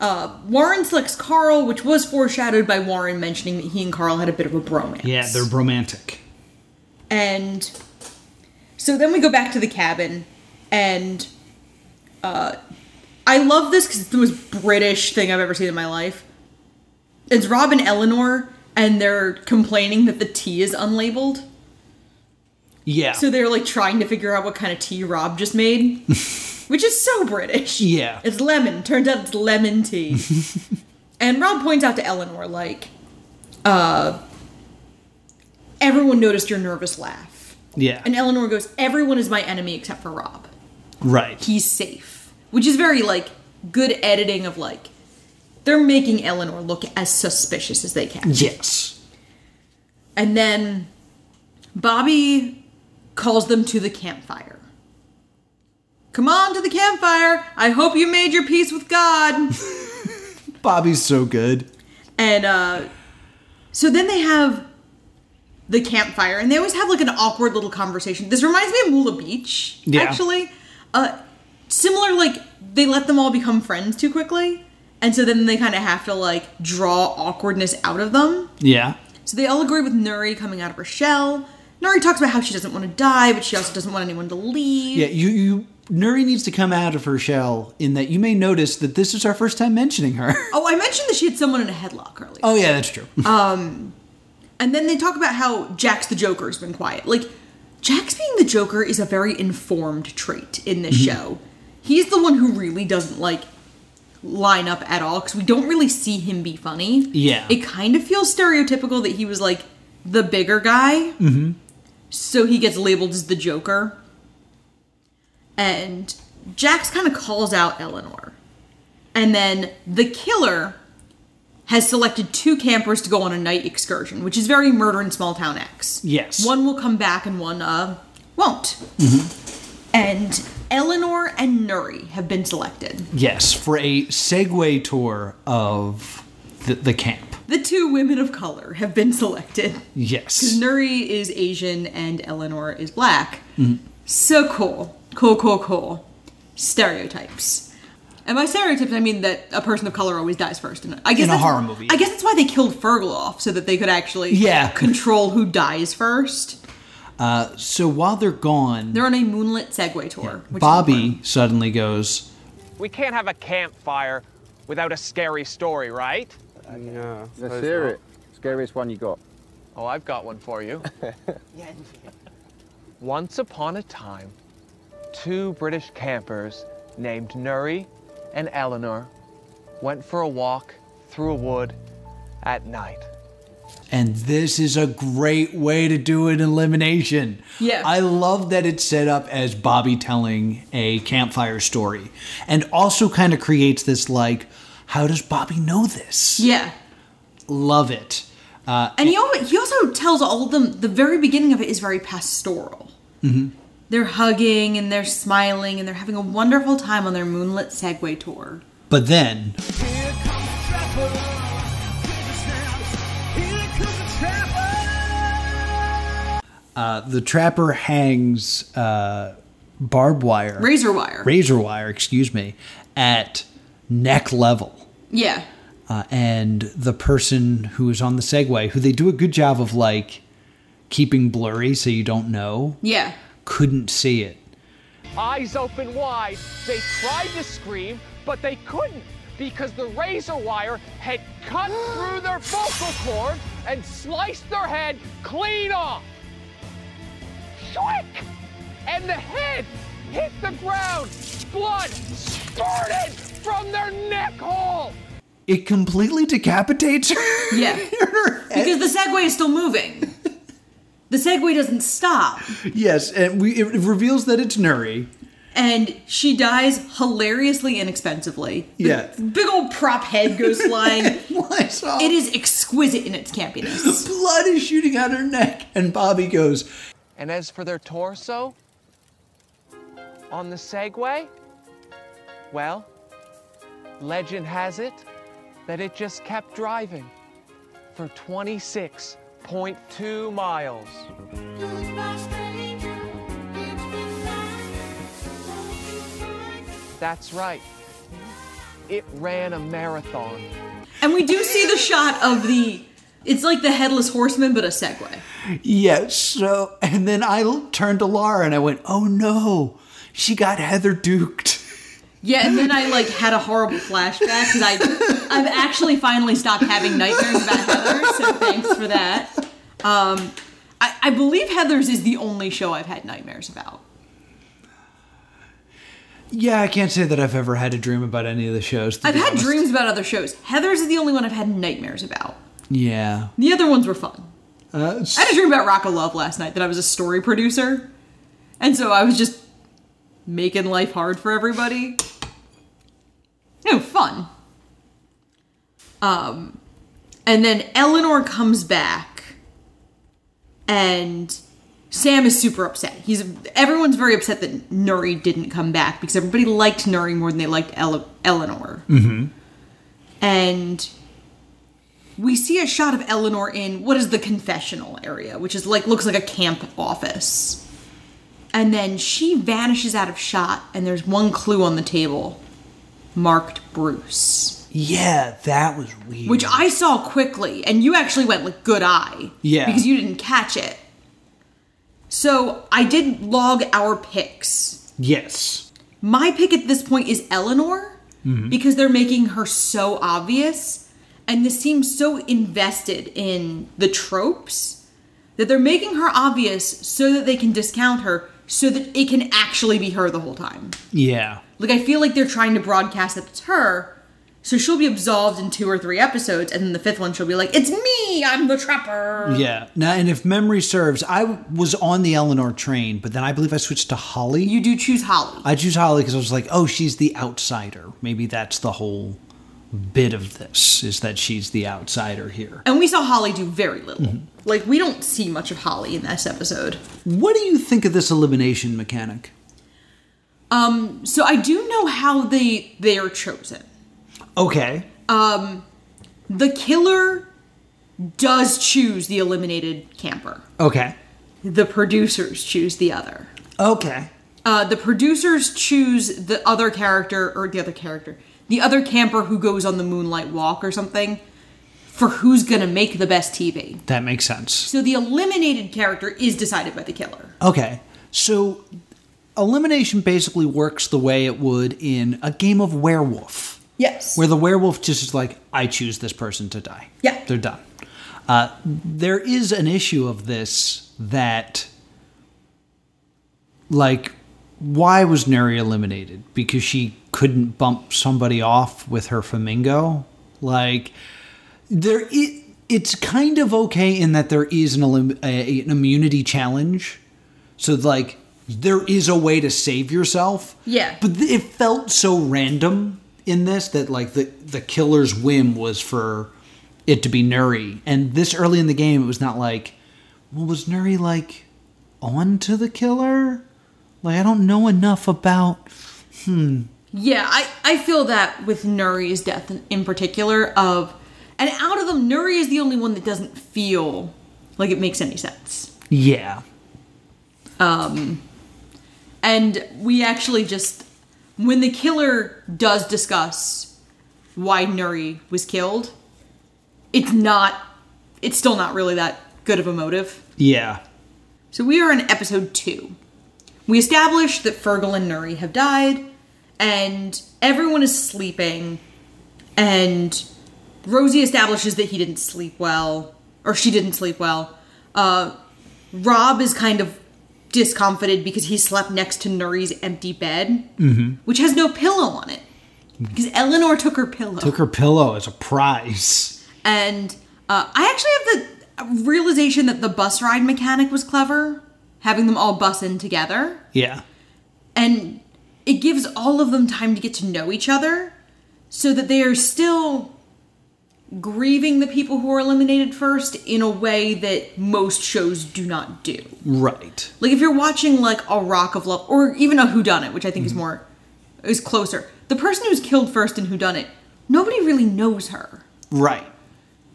Speaker 1: uh, Warren selects Carl, which was foreshadowed by Warren mentioning that he and Carl had a bit of a bromance.
Speaker 2: Yeah, they're romantic.
Speaker 1: And so then we go back to the cabin, and uh, I love this because it's the most British thing I've ever seen in my life. It's Rob and Eleanor, and they're complaining that the tea is unlabeled.
Speaker 2: Yeah.
Speaker 1: So they're like trying to figure out what kind of tea Rob just made, which is so British.
Speaker 2: Yeah.
Speaker 1: It's lemon. Turns out it's lemon tea. and Rob points out to Eleanor, like, uh, everyone noticed your nervous laugh.
Speaker 2: yeah.
Speaker 1: And Eleanor goes, Everyone is my enemy except for Rob.
Speaker 2: right.
Speaker 1: He's safe. Which is very, like, good editing of, like, they're making Eleanor look as suspicious as they can.
Speaker 2: Yes.
Speaker 1: And then Bobby calls them to the campfire. Come on to the campfire. I hope you made your peace with God.
Speaker 2: Bobby's so good.
Speaker 1: And uh, so then they have the campfire, and they always have like an awkward little conversation. This reminds me of Mula Beach,
Speaker 2: Yeah.
Speaker 1: actually. Uh, similar, like they let them all become friends too quickly, and so then they kind of have to like draw awkwardness out of them.
Speaker 2: Yeah.
Speaker 1: So they all agree with Nuri coming out of her shell. Nuri talks about how she doesn't want to die, but she also doesn't want anyone to leave.
Speaker 2: Yeah, you, you Nuri needs to come out of her shell in that you may notice that this is our first time mentioning her.
Speaker 1: Oh, I mentioned that she had someone in a headlock earlier.
Speaker 2: Oh yeah, that's true.
Speaker 1: And then they talk about how Jack's the Joker has been quiet. Like, Jack's being the Joker is a very informed trait in this
Speaker 2: Mm-hmm.
Speaker 1: show. He's the one who really doesn't like line up at all because we don't really see him be funny.
Speaker 2: Yeah.
Speaker 1: It kind of feels stereotypical that he was like the bigger guy. Mm-hmm. So he gets labeled as the Joker. And Jax kind of calls out Eleanor. And then the killer has selected two campers to go on a night excursion, which is very murder in small town X.
Speaker 2: Yes.
Speaker 1: One will come back and one uh, won't. And Eleanor and Nuri have been selected.
Speaker 2: Yes, for a Segway tour of the, the camp.
Speaker 1: The two women of color have been selected.
Speaker 2: Yes.
Speaker 1: Nuri is Asian and Eleanor is black.
Speaker 2: Mm-hmm.
Speaker 1: So cool. Cool, cool, cool. Stereotypes. And by stereotypes, I mean that a person of color always dies first. And I guess
Speaker 2: In a
Speaker 1: that's-
Speaker 2: horror movie.
Speaker 1: I guess that's why they killed Fergal off, so that they could actually
Speaker 2: Yeah.
Speaker 1: control who dies first.
Speaker 2: So while they're gone,
Speaker 1: They're on a moonlit Segway tour. which is
Speaker 2: Bobby
Speaker 1: important.
Speaker 2: suddenly goes,
Speaker 5: We can't have a campfire without a scary story, right?
Speaker 6: No.
Speaker 7: Let's hear it. Scariest one you got.
Speaker 5: Oh, I've got one for you. Once upon a time, two British campers named Nuri and Eleanor went for a walk through a wood at night.
Speaker 2: and this is a great way to do an elimination.
Speaker 1: Yeah.
Speaker 2: I love that it's set up as Bobby telling a campfire story and also kind of creates this like, how does Bobby know this?
Speaker 1: Yeah.
Speaker 2: Love it.
Speaker 1: And he also, he also tells all of them the very beginning of it is very pastoral.
Speaker 2: Mm-hmm.
Speaker 1: They're hugging and they're smiling and they're having a wonderful time on their moonlit Segway tour.
Speaker 2: But then
Speaker 3: Here comes the trapper. Here's the snaps. Here comes the trapper.
Speaker 2: uh, the trapper hangs uh, barbed wire,
Speaker 1: Razor wire.
Speaker 2: razor wire, excuse me, at neck level.
Speaker 1: yeah.
Speaker 2: uh, and the person who is on the Segway, who they do a good job of like keeping blurry so you don't know,
Speaker 1: Yeah.
Speaker 2: couldn't see it.
Speaker 5: Eyes open wide, they tried to scream, but they couldn't because the razor wire had cut through their vocal cord and sliced their head clean off. Shwick! And the head hit the ground. Blood spurted from their neck hole.
Speaker 2: It completely decapitates her.
Speaker 1: Yeah. because the Segway is still moving. The Segway doesn't stop.
Speaker 2: yes, and we it reveals that it's Nuri.
Speaker 1: And she dies hilariously inexpensively. The
Speaker 2: Yeah.
Speaker 1: Big old prop head goes flying.
Speaker 2: I saw
Speaker 1: it is exquisite in its campiness.
Speaker 2: blood is shooting out her neck, and Bobby goes,
Speaker 5: And as for their torso, on the Segway, well, legend has it that it just kept driving for 26.2 miles. That's right. It ran a marathon.
Speaker 1: And we do see the shot of the. It's like the headless horseman, but a Segway.
Speaker 2: "Yes." So, and then I l- turned to Laura and I went, "Oh no, she got Heather duked."
Speaker 1: Yeah, and then I like had a horrible flashback because I I've actually finally stopped having nightmares about Heather. So thanks for that. Um, I, I believe Heather's is the only show I've had nightmares about.
Speaker 2: Yeah, I can't say that I've ever had a dream about any of the shows. to
Speaker 1: I've
Speaker 2: be
Speaker 1: had
Speaker 2: honest.
Speaker 1: dreams about other shows. Heather's is the only one I've had nightmares about.
Speaker 2: Yeah.
Speaker 1: The other ones were fun.
Speaker 2: Uh,
Speaker 1: I had a dream about Rock of Love last night that I was a story producer, and so I was just making life hard for everybody. No fun. Um, and then Eleanor comes back, and Sam is super upset. He's everyone's very upset that Nuri didn't come back because everybody liked Nuri more than they liked Ele- Eleanor. Mm-hmm. And we see a shot of Eleanor in what is the confessional area, which is like looks like a camp office. And then she vanishes out of shot, and there's one clue on the table marked Bruce,
Speaker 2: Yeah, that was weird.
Speaker 1: which I saw quickly, and you actually went like good eye.
Speaker 2: Yeah.
Speaker 1: Because you didn't catch it. So I did log our picks.
Speaker 2: yes,
Speaker 1: My pick at this point is Eleanor
Speaker 2: Mm-hmm.
Speaker 1: because they're making her so obvious. And this seems so invested in the tropes that they're making her obvious so that they can discount her so that it can actually be her the whole time.
Speaker 2: yeah,
Speaker 1: Like, I feel like they're trying to broadcast that it's her. So she'll be absolved in two or three episodes, and then the fifth one she'll be like, "It's me, I'm the trapper."
Speaker 2: yeah. Now, and if memory serves, I w- was on the Eleanor train, but then I believe I switched to Holly.
Speaker 1: You do choose Holly.
Speaker 2: I choose Holly because I was like, oh, she's the outsider. Maybe that's the whole bit of this is that she's the outsider here.
Speaker 1: and we saw Holly do very little.
Speaker 2: Mm-hmm.
Speaker 1: Like we don't see much of Holly in this episode.
Speaker 2: What do you think of this elimination mechanic?
Speaker 1: Um, so I do know how they they are chosen.
Speaker 2: Okay.
Speaker 1: The killer does choose the eliminated camper.
Speaker 2: Okay.
Speaker 1: The producers choose the other.
Speaker 2: Okay.
Speaker 1: Uh, the producers choose the other character or the other character, the other camper who goes on the moonlight walk or something, for who's gonna make the best TV.
Speaker 2: That makes sense.
Speaker 1: So the eliminated character is decided by the killer.
Speaker 2: Okay. So elimination basically works the way it would in a game of werewolf,
Speaker 1: Yes.
Speaker 2: where the werewolf just is like, I choose this person to die.
Speaker 1: Yeah.
Speaker 2: They're done. Uh, there is an issue of this that, like, why was Neri eliminated? Because she couldn't bump somebody off with her flamingo? Like, there it it's kind of okay in that there is an, elim- a, an immunity challenge so like there is a way to save yourself
Speaker 1: Yeah.
Speaker 2: but th- it felt so random in this that like the the killer's whim was for it to be nuri and this early in the game it was not like well was nuri like on to the killer like i don't know enough about
Speaker 1: Yeah, I, I feel that with Nuri's death in, in particular of and out of them, Nuri is the only one that doesn't feel like it makes any sense.
Speaker 2: yeah
Speaker 1: And we actually just when the killer does discuss why Nuri was killed, it's not it's still not really that good of a motive.
Speaker 2: yeah
Speaker 1: So we are in episode two. We established that Fergal and Nuri have died, and everyone is sleeping, and Rosie establishes that he didn't sleep well, or she didn't sleep well. Uh, Rob is kind of discomfited because he slept next to Nuri's empty bed, which has no pillow on it. Because Eleanor took her pillow.
Speaker 2: took her pillow as a prize
Speaker 1: And uh, I actually have the realization that the bus ride mechanic was clever, having them all bus in together.
Speaker 2: yeah
Speaker 1: And it gives all of them time to get to know each other so that they are still grieving the people who are eliminated first in a way that most shows do not do.
Speaker 2: right
Speaker 1: Like if you're watching like a Rock of Love or even a Who Done It, which I think is more is closer. The person who's killed first in Who Done It, nobody really knows her.
Speaker 2: right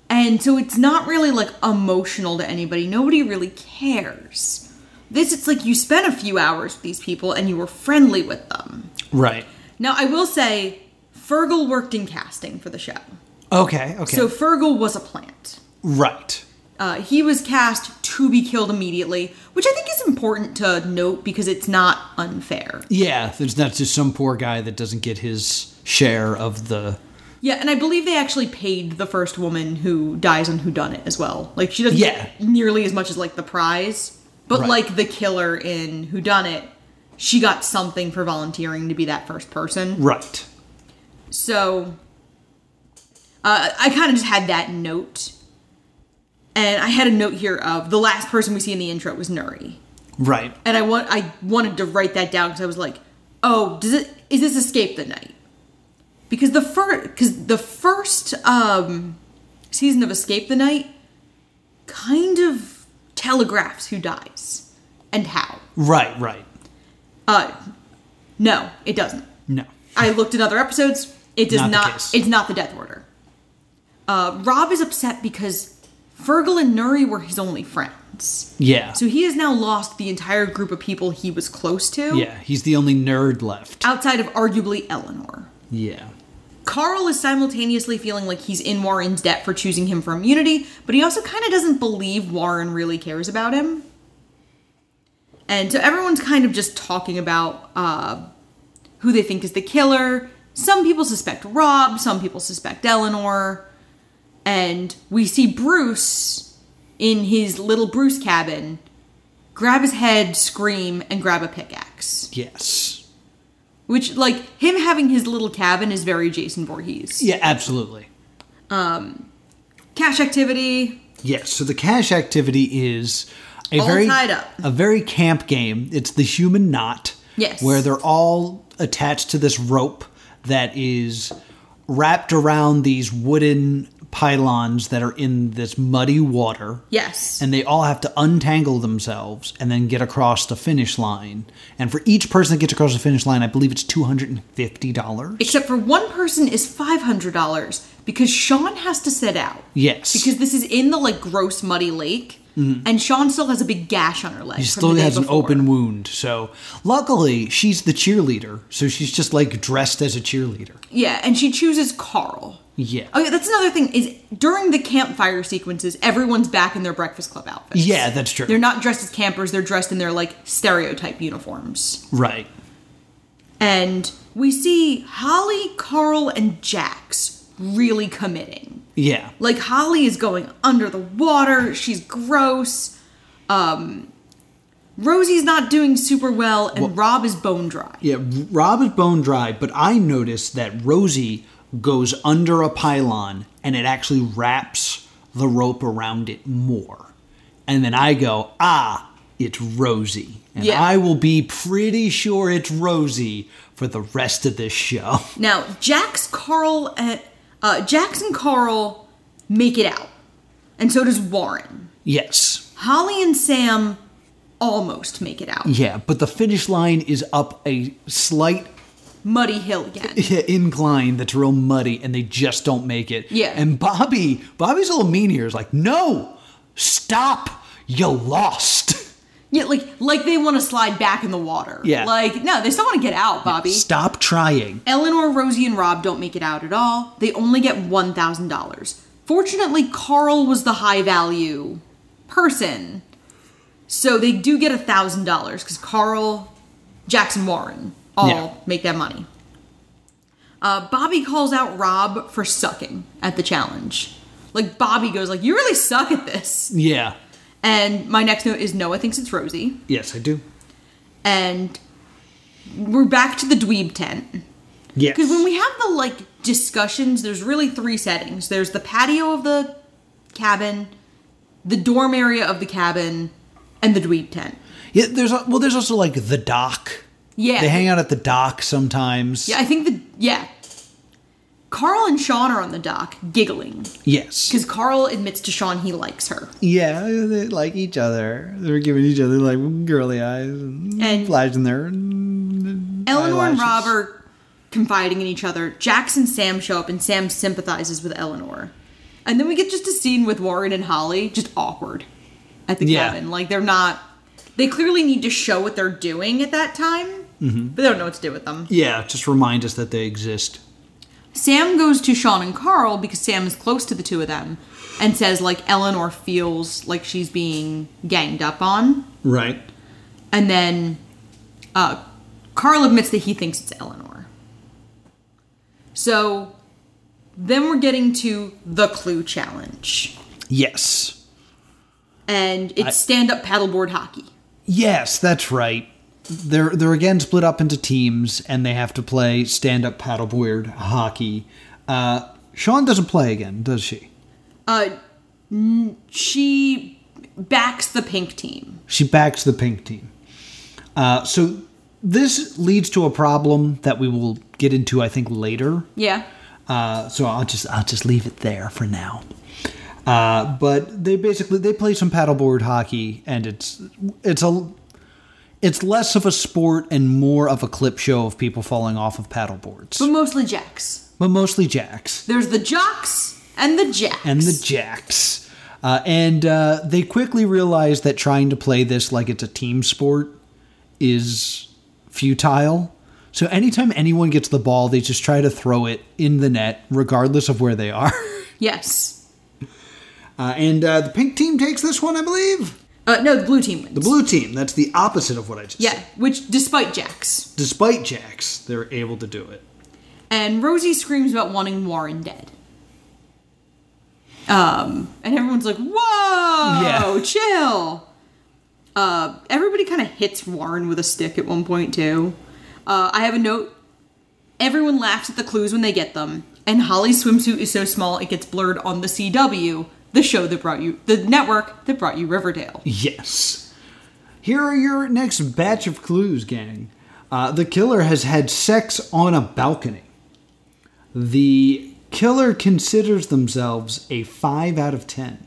Speaker 1: And so it's not really like emotional to anybody. Nobody really cares. This, it's like you spent a few hours with these people and you were friendly with them.
Speaker 2: right
Speaker 1: Now, I will say, Fergal worked in casting for the show.
Speaker 2: okay okay
Speaker 1: So Fergal was a plant.
Speaker 2: right
Speaker 1: Uh, he was cast to be killed immediately, which I think is important to note because it's not unfair.
Speaker 2: Yeah, there's not just some poor guy that doesn't get his share of the.
Speaker 1: Yeah, and I believe they actually paid the first woman who dies on Who Done It as well. Like she doesn't
Speaker 2: Yeah.
Speaker 1: get nearly as much as like the prize, but
Speaker 2: Right.
Speaker 1: like the killer in Who Done It, she got something for volunteering to be that first person.
Speaker 2: Right.
Speaker 1: So uh, I kind of just had that note, and I had a note here of the last person we see in the intro was Nuri,
Speaker 2: Right.
Speaker 1: and I want I wanted to write that down because I was like, oh, does it is this escape the night? Because the first because the first um, season of Escape the Night kind of telegraphs who dies and how.
Speaker 2: Right, right.
Speaker 1: Uh, no, it doesn't.
Speaker 2: No.
Speaker 1: I looked at other episodes. It does
Speaker 2: Not
Speaker 1: not.
Speaker 2: the case.
Speaker 1: it's not the Death Order. Uh, Rob is upset because Fergal and Nuri were his only friends.
Speaker 2: Yeah.
Speaker 1: So he has now lost the entire group of people he was close to.
Speaker 2: yeah, he's the only nerd left.
Speaker 1: outside of arguably Eleanor.
Speaker 2: Yeah.
Speaker 1: Carl is simultaneously feeling like he's in Warren's debt for choosing him for immunity, but he also kind of doesn't believe Warren really cares about him. And so everyone's kind of just talking about uh, who they think is the killer. Some people suspect Rob, some people suspect Eleanor. And we see Bruce in his little Bruce cabin grab his head, scream, and grab a pickaxe.
Speaker 2: Yes.
Speaker 1: Which, like, him having his little cabin is very Jason Voorhees.
Speaker 2: Yeah, absolutely.
Speaker 1: Cash activity.
Speaker 2: Yes. So the cash activity is a
Speaker 1: All
Speaker 2: very
Speaker 1: tied up.
Speaker 2: a very camp game. It's the human knot.
Speaker 1: Yes.
Speaker 2: Where they're all attached to this rope that is wrapped around these wooden pylons that are in this muddy water.
Speaker 1: Yes.
Speaker 2: And they all have to untangle themselves and then get across the finish line. And for each person that gets across the finish line, I believe it's $250.
Speaker 1: Except for one person is $500 because Sean has to set out.
Speaker 2: yes.
Speaker 1: Because this is in the like gross muddy lake and Sean still has a big gash on her leg.
Speaker 2: Mm-hmm. She
Speaker 1: from
Speaker 2: still
Speaker 1: the day
Speaker 2: has an
Speaker 1: before.
Speaker 2: open wound. So luckily, she's the cheerleader. So she's just like dressed as a cheerleader.
Speaker 1: Yeah, and she chooses Carl.
Speaker 2: Yeah.
Speaker 1: Oh yeah, that's another thing is during the campfire sequences, everyone's back in their Breakfast Club outfits.
Speaker 2: Yeah, that's true.
Speaker 1: They're not dressed as campers, they're dressed in their like stereotype uniforms.
Speaker 2: Right.
Speaker 1: And we see Holly, Carl, and Jax really committing.
Speaker 2: Yeah.
Speaker 1: Like Holly is going under the water, she's gross. Um Rosie's not doing super well, and Rob is bone dry.
Speaker 2: Yeah, Rob is bone dry, but I noticed that Rosie goes under a pylon and it actually wraps the rope around it more. And then I go, ah, it's Rosie. And
Speaker 1: Yeah.
Speaker 2: I will be pretty sure it's Rosie for the rest of this show.
Speaker 1: Now, Jax, Carl, and uh, Jax and Carl make it out, and so does Warren.
Speaker 2: yes.
Speaker 1: Holly and Sam almost make it out.
Speaker 2: Yeah, but the finish line is up a slight
Speaker 1: Muddy Hill again.
Speaker 2: incline that's real muddy and they just don't make it.
Speaker 1: Yeah.
Speaker 2: And Bobby, Bobby's a little mean here. He's like, no, stop, you lost.
Speaker 1: yeah, like like they want to slide back in the water.
Speaker 2: Yeah.
Speaker 1: like no, they still want to get out, Bobby.
Speaker 2: Stop trying.
Speaker 1: Eleanor, Rosie, and Rob don't make it out at all. They only get one thousand dollars. Fortunately, Carl was the high value person, so they do get a thousand dollars because Carl, Jackson, Warren all
Speaker 2: Yeah.
Speaker 1: make that money. Uh, Bobby calls out Rob for sucking at the challenge. Like Bobby goes, like you really suck at this.
Speaker 2: Yeah.
Speaker 1: And my next note is Noah thinks it's Rosie
Speaker 2: Yes, I do.
Speaker 1: and we're back to the dweeb tent.
Speaker 2: Yes.
Speaker 1: Because when we have the like discussions, there's really three settings. There's the patio of the cabin, the dorm area of the cabin, and the dweeb tent.
Speaker 2: yeah, there's a, well, there's also like the dock.
Speaker 1: Yeah.
Speaker 2: They hang out at the dock sometimes.
Speaker 1: Yeah, I think the yeah. Carl and Sean are on the dock giggling
Speaker 2: Yes.
Speaker 1: because Carl admits to Sean he likes her.
Speaker 2: Yeah, they like each other. They're giving each other like girly eyes and,
Speaker 1: And-
Speaker 2: flies in there.
Speaker 1: Eleanor and Rob
Speaker 2: Eyelashes.
Speaker 1: are confiding in each other. Jax and Sam show up, and Sam sympathizes with Eleanor. And then we get just a scene with Warren and Holly, just awkward at the
Speaker 2: Yeah.
Speaker 1: cabin. Like they're not. They clearly need to show what they're doing at that time,
Speaker 2: Mm-hmm.
Speaker 1: but they don't know what to do with them.
Speaker 2: Yeah, just remind us that they exist.
Speaker 1: Sam goes to Sean and Carl because Sam is close to the two of them, and says like Eleanor feels like she's being ganged up on,
Speaker 2: Right.
Speaker 1: and then uh, Carl admits that he thinks it's Eleanor. So then we're getting to the clue challenge,
Speaker 2: Yes.
Speaker 1: and it's
Speaker 2: I-
Speaker 1: stand-up paddleboard hockey.
Speaker 2: Yes, that's right. They're they're again split up into teams, and they have to play stand up paddleboard hockey. Uh, Sean doesn't play again, does she?
Speaker 1: Uh, n- she backs the pink team.
Speaker 2: She backs the pink team. Uh, so this leads to a problem that we will get into, I think, later.
Speaker 1: Yeah.
Speaker 2: Uh, so I'll just I'll just leave it there for now. Uh, but they basically they play some paddleboard hockey, and it's it's a it's less of a sport and more of a clip show of people falling off of paddleboards,
Speaker 1: But mostly jacks.
Speaker 2: but mostly jacks
Speaker 1: There's the jocks and the jacks.
Speaker 2: and the jacks. Uh, and uh, they quickly realize that trying to play this like it's a team sport is futile. So anytime anyone gets the ball, they just try to throw it in the net, regardless of where they are.
Speaker 1: Yes.
Speaker 2: Uh, and uh, the pink team takes this one, I believe.
Speaker 1: Uh, no, the blue team wins.
Speaker 2: The blue team, that's the opposite of what I just
Speaker 1: Yeah,
Speaker 2: said.
Speaker 1: which despite jacks.
Speaker 2: Despite Jax, they're able to do it.
Speaker 1: And Rosie screams about wanting Warren dead. Um, and everyone's like, "Whoa,
Speaker 2: Yeah.
Speaker 1: chill." Uh, everybody kind of hits Warren with a stick at one point too. Uh, I have a note. Everyone laughs at the clues when they get them, and Holly's swimsuit is so small it gets blurred on the CW, the show that brought you, the network that brought you Riverdale.
Speaker 2: Yes. Here are your next batch of clues, gang. Uh, the killer has had sex on a balcony. The Killer considers themselves a 5 out of 10.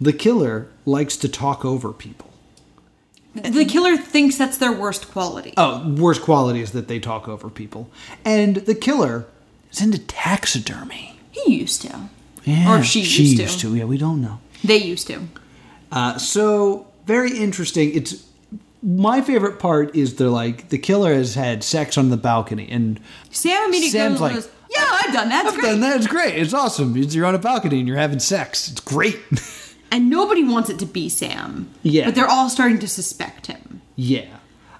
Speaker 2: The killer likes to talk over people.
Speaker 1: The killer thinks that's their worst quality.
Speaker 2: Oh, worst quality is that they talk over people. And the killer is into taxidermy.
Speaker 1: He used to.
Speaker 2: Yeah,
Speaker 1: Or she used to.
Speaker 2: Yeah, we don't know.
Speaker 1: They used to.
Speaker 2: Uh, so very interesting. It's my favorite part is they're like the killer has had sex on the balcony, and
Speaker 1: Sam immediately
Speaker 2: Sam's
Speaker 1: goes,
Speaker 2: like,
Speaker 1: goes, "Yeah, I've done that. It's
Speaker 2: I've
Speaker 1: great."
Speaker 2: done that. It's great. It's awesome. It's- You're on a balcony and you're having sex. It's great.
Speaker 1: And nobody wants it to be Sam.
Speaker 2: Yeah.
Speaker 1: But they're all starting to suspect him.
Speaker 2: yeah.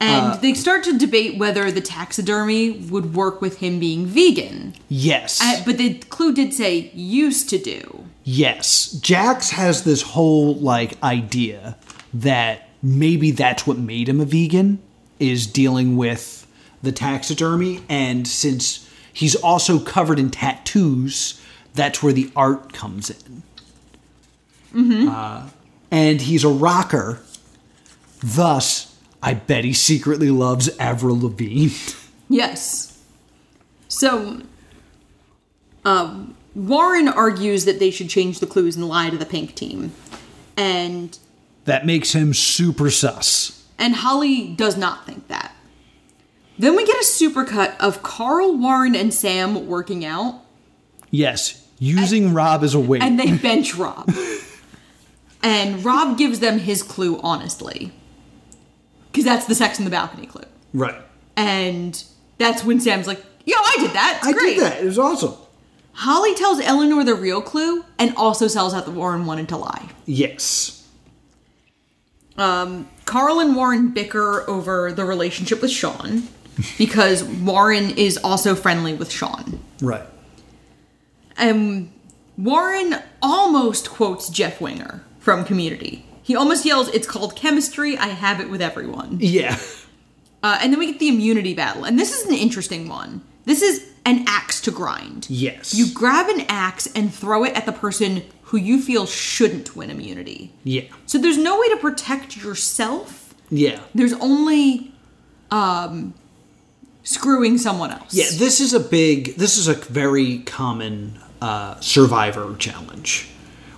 Speaker 1: And they start to debate whether the taxidermy would work with him being vegan.
Speaker 2: Yes.
Speaker 1: Uh, but the clue did say used to do.
Speaker 2: Yes. Jax has this whole like idea that maybe that's what made him a vegan is dealing with the taxidermy and since he's also covered in tattoos, that's where the art comes in. Mm-hmm. Uh,
Speaker 1: Mm-hmm.
Speaker 2: and he's a rocker. Thus, I bet he secretly loves Avril Lavigne.
Speaker 1: Yes. So, um, Warren argues that they should change the clues and lie to the pink team. And
Speaker 2: that makes him super sus.
Speaker 1: And Holly does not think that. Then we get a supercut of Carl, Warren, and Sam working out,
Speaker 2: Yes, using Rob as a weight.
Speaker 1: and they bench Rob. and Rob gives them his clue honestly. Because that's the sex in the balcony clue.
Speaker 2: right.
Speaker 1: And that's when Sam's like, yo, I did that. It's
Speaker 2: I
Speaker 1: great.
Speaker 2: did that. It was awesome.
Speaker 1: Holly tells Eleanor the real clue and also sells out that Warren wanted to lie.
Speaker 2: Yes.
Speaker 1: Carl and Warren bicker over the relationship with Sean because Warren is also friendly with Sean.
Speaker 2: Right.
Speaker 1: Um, Warren almost quotes Jeff Winger from Community. He almost yells, "It's called chemistry. I have it with everyone."
Speaker 2: Yeah.
Speaker 1: Uh, and then we get the immunity battle, and this is an interesting one. This is an axe to grind.
Speaker 2: Yes.
Speaker 1: You grab an axe and throw it at the person who you feel shouldn't win immunity.
Speaker 2: Yeah.
Speaker 1: So there's no way to protect yourself.
Speaker 2: Yeah.
Speaker 1: There's only um, screwing someone else.
Speaker 2: Yeah. This is a big. This is a very common uh, survivor challenge,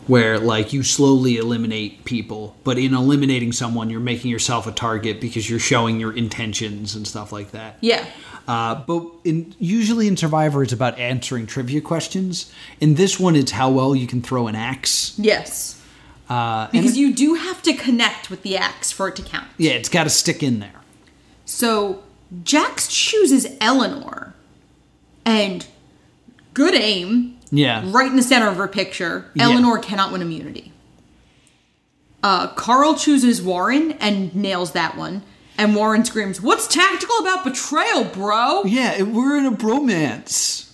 Speaker 2: where like you slowly eliminate people, but in eliminating someone, you're making yourself a target because you're showing your intentions and stuff like that.
Speaker 1: yeah.
Speaker 2: Uh, but in, usually in Survivor, it's about answering trivia questions. In this one, it's how well you can throw an axe.
Speaker 1: Yes.
Speaker 2: Uh, and
Speaker 1: Because
Speaker 2: it-
Speaker 1: you do have to connect with the axe for it to count.
Speaker 2: yeah, it's got to stick in there.
Speaker 1: So Jax chooses Eleanor, and good aim,
Speaker 2: Yeah.
Speaker 1: right in the center of her picture.
Speaker 2: Yeah.
Speaker 1: Eleanor cannot win immunity. Uh, Carl chooses Warren and nails that one. And Warren screams, What's tactical about betrayal, bro?
Speaker 2: Yeah, it- we're in a bromance.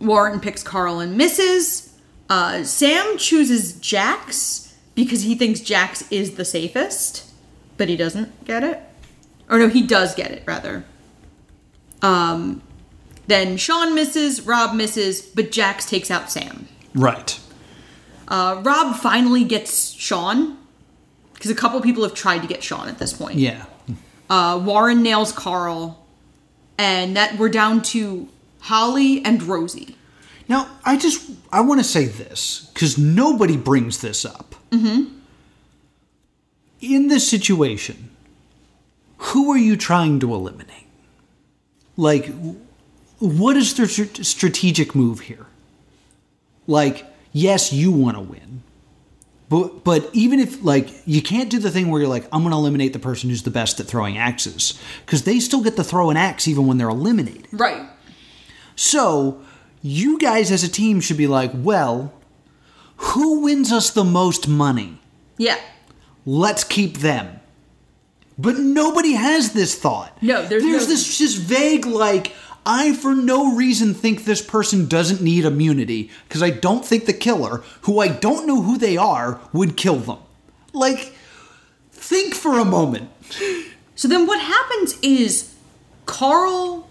Speaker 1: Warren picks Carl and misses. Uh, Sam chooses Jax because he thinks Jax is the safest, but he doesn't get it. Or no, he does get it rather. Um, then Sean misses, Rob misses, but Jax takes out Sam.
Speaker 2: Right.
Speaker 1: Uh, Rob finally gets Sean because a couple people have tried to get Sean at this point.
Speaker 2: Yeah.
Speaker 1: Uh, Warren nails Carl, and that we're down to Holly and Rosie.
Speaker 2: Now, I just I want to say this because nobody brings this up. Mm-hmm. In this situation, who are you trying to eliminate? Like, w- what is their str- strategic move here? Like, yes, you want to win, but but even if like you can't do the thing where you're like, I'm going to eliminate the person who's the best at throwing axes because they still get to throw an axe even when they're eliminated.
Speaker 1: Right.
Speaker 2: So, you guys as a team should be like, well, who wins us the most money?
Speaker 1: Yeah.
Speaker 2: Let's keep them. But nobody has this thought.
Speaker 1: No, there's no-
Speaker 2: this just vague like I for no reason think this person doesn't need immunity because I don't think the killer, who I don't know who they are, would kill them. Like think for a moment.
Speaker 1: So then what happens is Carl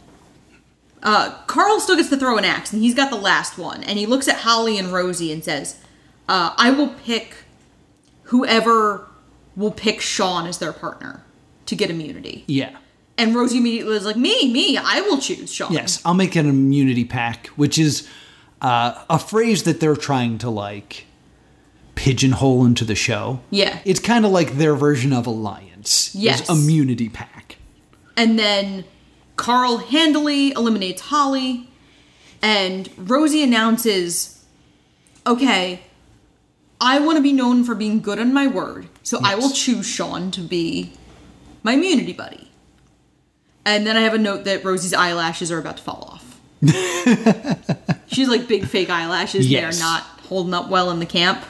Speaker 1: uh, Carl still gets to throw an axe, and he's got the last one. And he looks at Holly and Rosie and says, uh, "I will pick whoever will pick Sean as their partner to get immunity."
Speaker 2: Yeah.
Speaker 1: And Rosie immediately is like, "Me, me, I will choose Sean."
Speaker 2: Yes, I'll make an immunity pack, which is uh, a phrase that they're trying to like pigeonhole into the show.
Speaker 1: Yeah.
Speaker 2: It's kind of like their version of Alliance. is
Speaker 1: Yes.
Speaker 2: immunity pack.
Speaker 1: And then Carl handily eliminates Holly, and Rosie announces, Okay, I want to be known for being good on my word, so I will choose Sean to be my immunity buddy. And then I have a note that Rosie's eyelashes are about to fall off. She's like big fake eyelashes.
Speaker 2: Yes.
Speaker 1: They're not holding up well in the camp.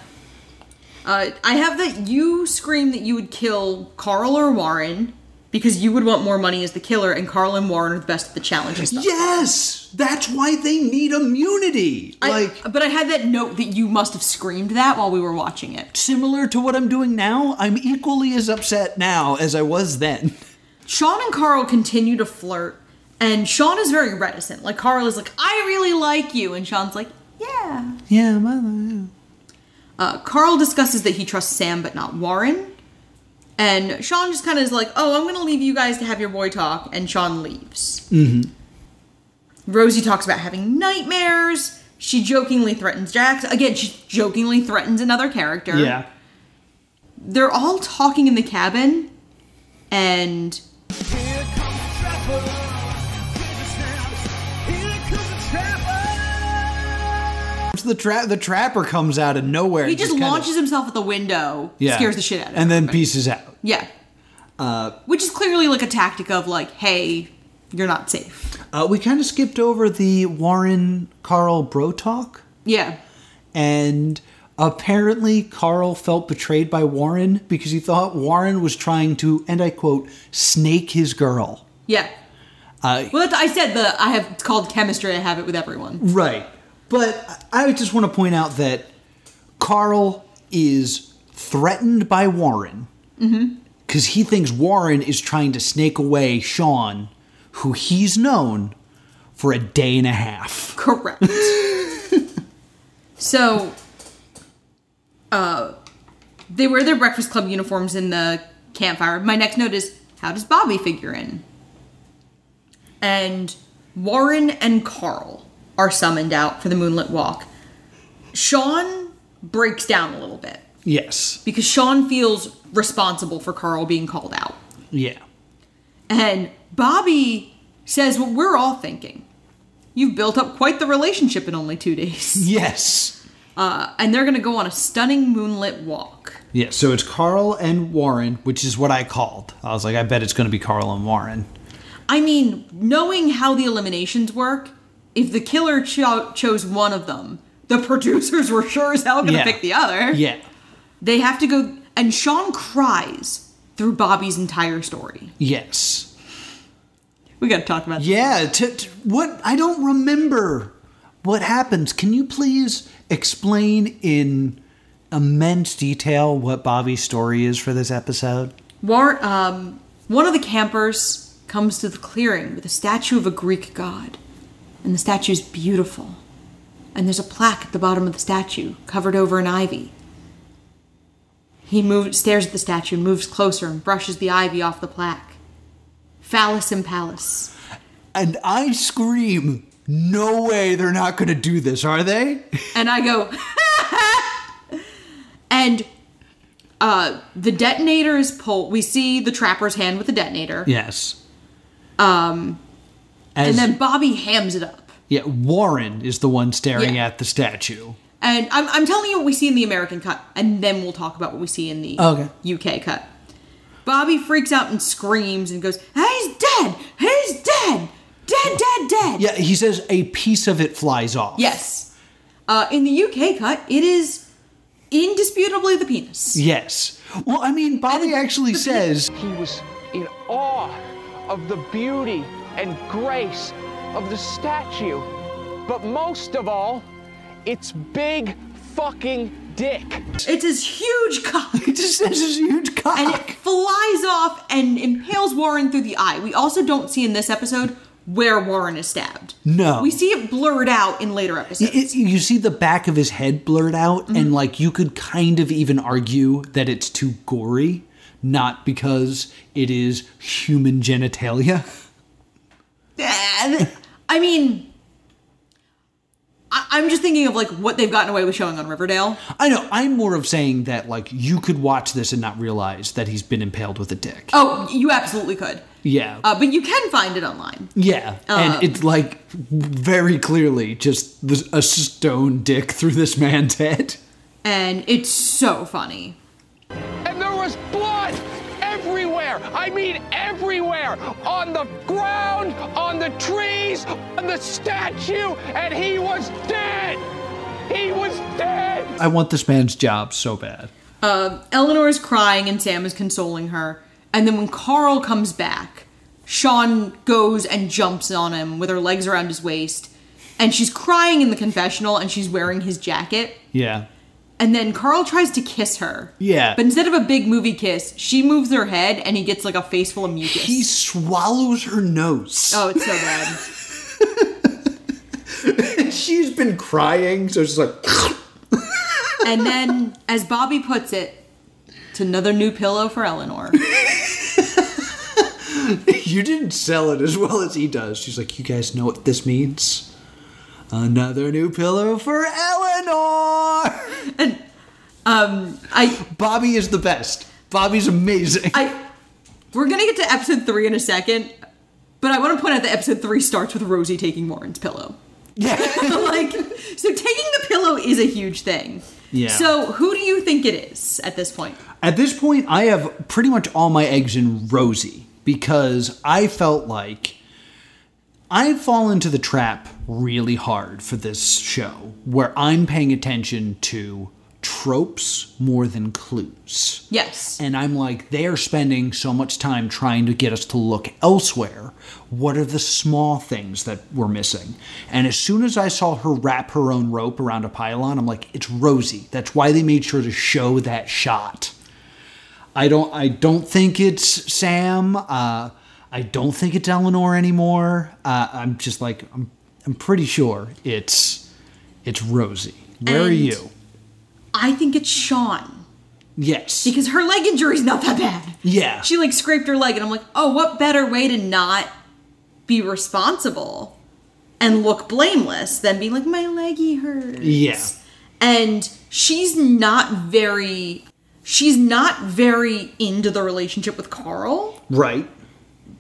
Speaker 1: Uh, I have that you scream that you would kill Carl or Warren because you would want more money as the killer, and Carl and Warren are the best at the challenge and stuff.
Speaker 2: Yes, that's why they need immunity.
Speaker 1: I-
Speaker 2: like
Speaker 1: but I had that note that you must have screamed that while we were watching it.
Speaker 2: similar to what I'm doing now, I'm equally as upset now as I was then.
Speaker 1: Sean and Carl continue to flirt, and Sean is very reticent. Like Carl is like, "I really like you," and Sean's like, "Yeah."
Speaker 2: Yeah, mother.
Speaker 1: Uh, Carl discusses that he trusts Sam but not Warren, and Sean just kind of is like, "Oh, I'm going to leave you guys to have your boy talk," and Sean leaves. Mm-hmm. Rosie talks about having nightmares. She jokingly threatens Jax again. She jokingly threatens another character.
Speaker 2: Yeah.
Speaker 1: they're all talking in the cabin, and
Speaker 3: Here comes the trapper. Give the snaps. Here comes the trapper.
Speaker 2: The tra- the trapper comes out of nowhere.
Speaker 1: he
Speaker 2: and
Speaker 1: just,
Speaker 2: kinda-
Speaker 1: launches himself at the window, scares the shit out of
Speaker 2: and then uh,
Speaker 1: everybody.
Speaker 2: pieces out.
Speaker 1: Yeah. Which is clearly like a tactic of like, hey, you're not safe.
Speaker 2: Uh, we kind of skipped over the Warren Carl bro talk,
Speaker 1: Yeah.
Speaker 2: and apparently Carl felt betrayed by Warren because he thought Warren was trying to, and I quote, snake his girl. Uh,
Speaker 1: Yeah. well, that's- I said the I have it's called chemistry. I have it with everyone.
Speaker 2: Right. But I I just want to point out that Carl is threatened by Warren because he thinks Warren is trying to snake away Sean, who he's known for a day and a half.
Speaker 1: Correct. so, uh, they wear their Breakfast Club uniforms in the campfire. My next note is how does Bobby figure in? And Warren and Carl are summoned out for the moonlit walk. Sean breaks down a little bit.
Speaker 2: Yes.
Speaker 1: because Sean feels responsible for Carl being called out.
Speaker 2: Yeah.
Speaker 1: And Bobby says what we're all thinking. You've built up quite the relationship in only two days.
Speaker 2: Yes.
Speaker 1: Uh, and they're going to go on a stunning moonlit walk.
Speaker 2: Yeah, so it's Carl and Warren, which is what I called. I was like, I bet it's going to be Carl and Warren.
Speaker 1: I mean, knowing how the eliminations work, if the killer cho- chose one of them, the producers were sure as hell going to
Speaker 2: Yeah.
Speaker 1: pick the other.
Speaker 2: Yeah.
Speaker 1: They have to go. And Sean cries through Bobby's entire story.
Speaker 2: Yes.
Speaker 1: We got to talk about that.
Speaker 2: Yeah, t- t- what I don't remember what happens. Can you please explain in immense detail what Bobby's story is for this episode?
Speaker 1: War, um, one of the campers comes to the clearing with a statue of a Greek god, and the statue's beautiful. And there's a plaque at the bottom of the statue, covered over in ivy. He moves, stares at the statue, and moves closer, and brushes the ivy off the plaque. Phallus and Pallas.
Speaker 2: And I scream, "No way! They're not going to do this, are they?"
Speaker 1: And I go, and uh, the detonator is pulled. We see the trapper's hand with the detonator,
Speaker 2: Yes. Um,
Speaker 1: and then Bobby hams it up.
Speaker 2: yeah, Warren is the one staring
Speaker 1: Yeah.
Speaker 2: at the statue.
Speaker 1: And I'm, I'm telling you what we see in the American cut, and then we'll talk about what we see in the
Speaker 2: Oh, Okay.
Speaker 1: UK cut. Bobby freaks out and screams and goes, He's dead! He's dead! Dead, dead, dead!
Speaker 2: Yeah, he says a piece of it flies off.
Speaker 1: Yes. Uh, in the UK cut, it is indisputably the penis.
Speaker 2: Yes. Well, I mean, Bobby actually says
Speaker 5: He was in awe of the beauty and grace of the statue, but most of all, its big fucking dick.
Speaker 1: It's his huge cock.
Speaker 2: he just says his huge cock.
Speaker 1: and it flies off and impales Warren through the eye. We also don't see in this episode where Warren is stabbed.
Speaker 2: No.
Speaker 1: We see it blurred out in later episodes.
Speaker 2: It, you see the back of his head blurred out,
Speaker 1: Mm-hmm.
Speaker 2: and like you could kind of even argue that it's too gory, not because it is human genitalia.
Speaker 1: I mean, I- I'm just thinking of like what they've gotten away with showing on Riverdale.
Speaker 2: I know. I'm more of saying that like you could watch this and not realize that he's been impaled with a dick.
Speaker 1: Oh, you absolutely could.
Speaker 2: yeah,
Speaker 1: Uh, but you can find it online.
Speaker 2: yeah,
Speaker 1: um,
Speaker 2: and it's like very clearly just this, a stone dick through this man's head.
Speaker 1: And it's so funny.
Speaker 5: and there was blood everywhere. I mean, everywhere. On the ground, on the trees, on the statue, and he was dead. He was dead.
Speaker 2: I want this man's job so bad.
Speaker 1: Uh, Eleanor is crying and Sam is consoling her. And then when Carl comes back, Sean goes and jumps on him with her legs around his waist. And she's crying in the confessional and she's wearing his jacket.
Speaker 2: Yeah,
Speaker 1: And then Carl tries to kiss her.
Speaker 2: Yeah.
Speaker 1: But instead of a big movie kiss, she moves her head and he gets like a face full of mucus.
Speaker 2: he swallows her nose.
Speaker 1: oh, it's so bad.
Speaker 2: She's been crying, so she's like,
Speaker 1: And then, as Bobby puts it, it's another new pillow for Eleanor.
Speaker 2: "You didn't sell it as well as he does." She's like, "You guys know what this means? Another new pillow for Eleanor."
Speaker 1: I,
Speaker 2: Bobby is the best. Bobby's amazing.
Speaker 1: I, we're gonna get to episode three in a second, but I want to point out that episode three starts with Rosie taking Warren's pillow.
Speaker 2: yeah.
Speaker 1: like, so taking the pillow is a huge thing.
Speaker 2: Yeah.
Speaker 1: So, who do you think it is at this point?
Speaker 2: At this point, I have pretty much all my eggs in Rosie because I felt like I fall into the trap really hard for this show where I'm paying attention to tropes more than clues.
Speaker 1: Yes.
Speaker 2: And I'm like, they are spending so much time trying to get us to look elsewhere. What are the small things that we're missing? And as soon as I saw her wrap her own rope around a pylon, I'm like, it's Rosie. That's why they made sure to show that shot. I don't. I don't think it's Sam. Uh, I don't think it's Eleanor anymore. Uh, I'm just like, I'm. I'm pretty sure it's. It's Rosie. Where are
Speaker 1: And-
Speaker 2: you?
Speaker 1: I think it's Sean
Speaker 2: Yes.
Speaker 1: because her leg injury's not that bad.
Speaker 2: yeah.
Speaker 1: She like scraped her leg, and I'm like, oh, what better way to not be responsible and look blameless than being like, my leggy hurts.
Speaker 2: yeah.
Speaker 1: and she's not very she's not very into the relationship with Carl,
Speaker 2: Right.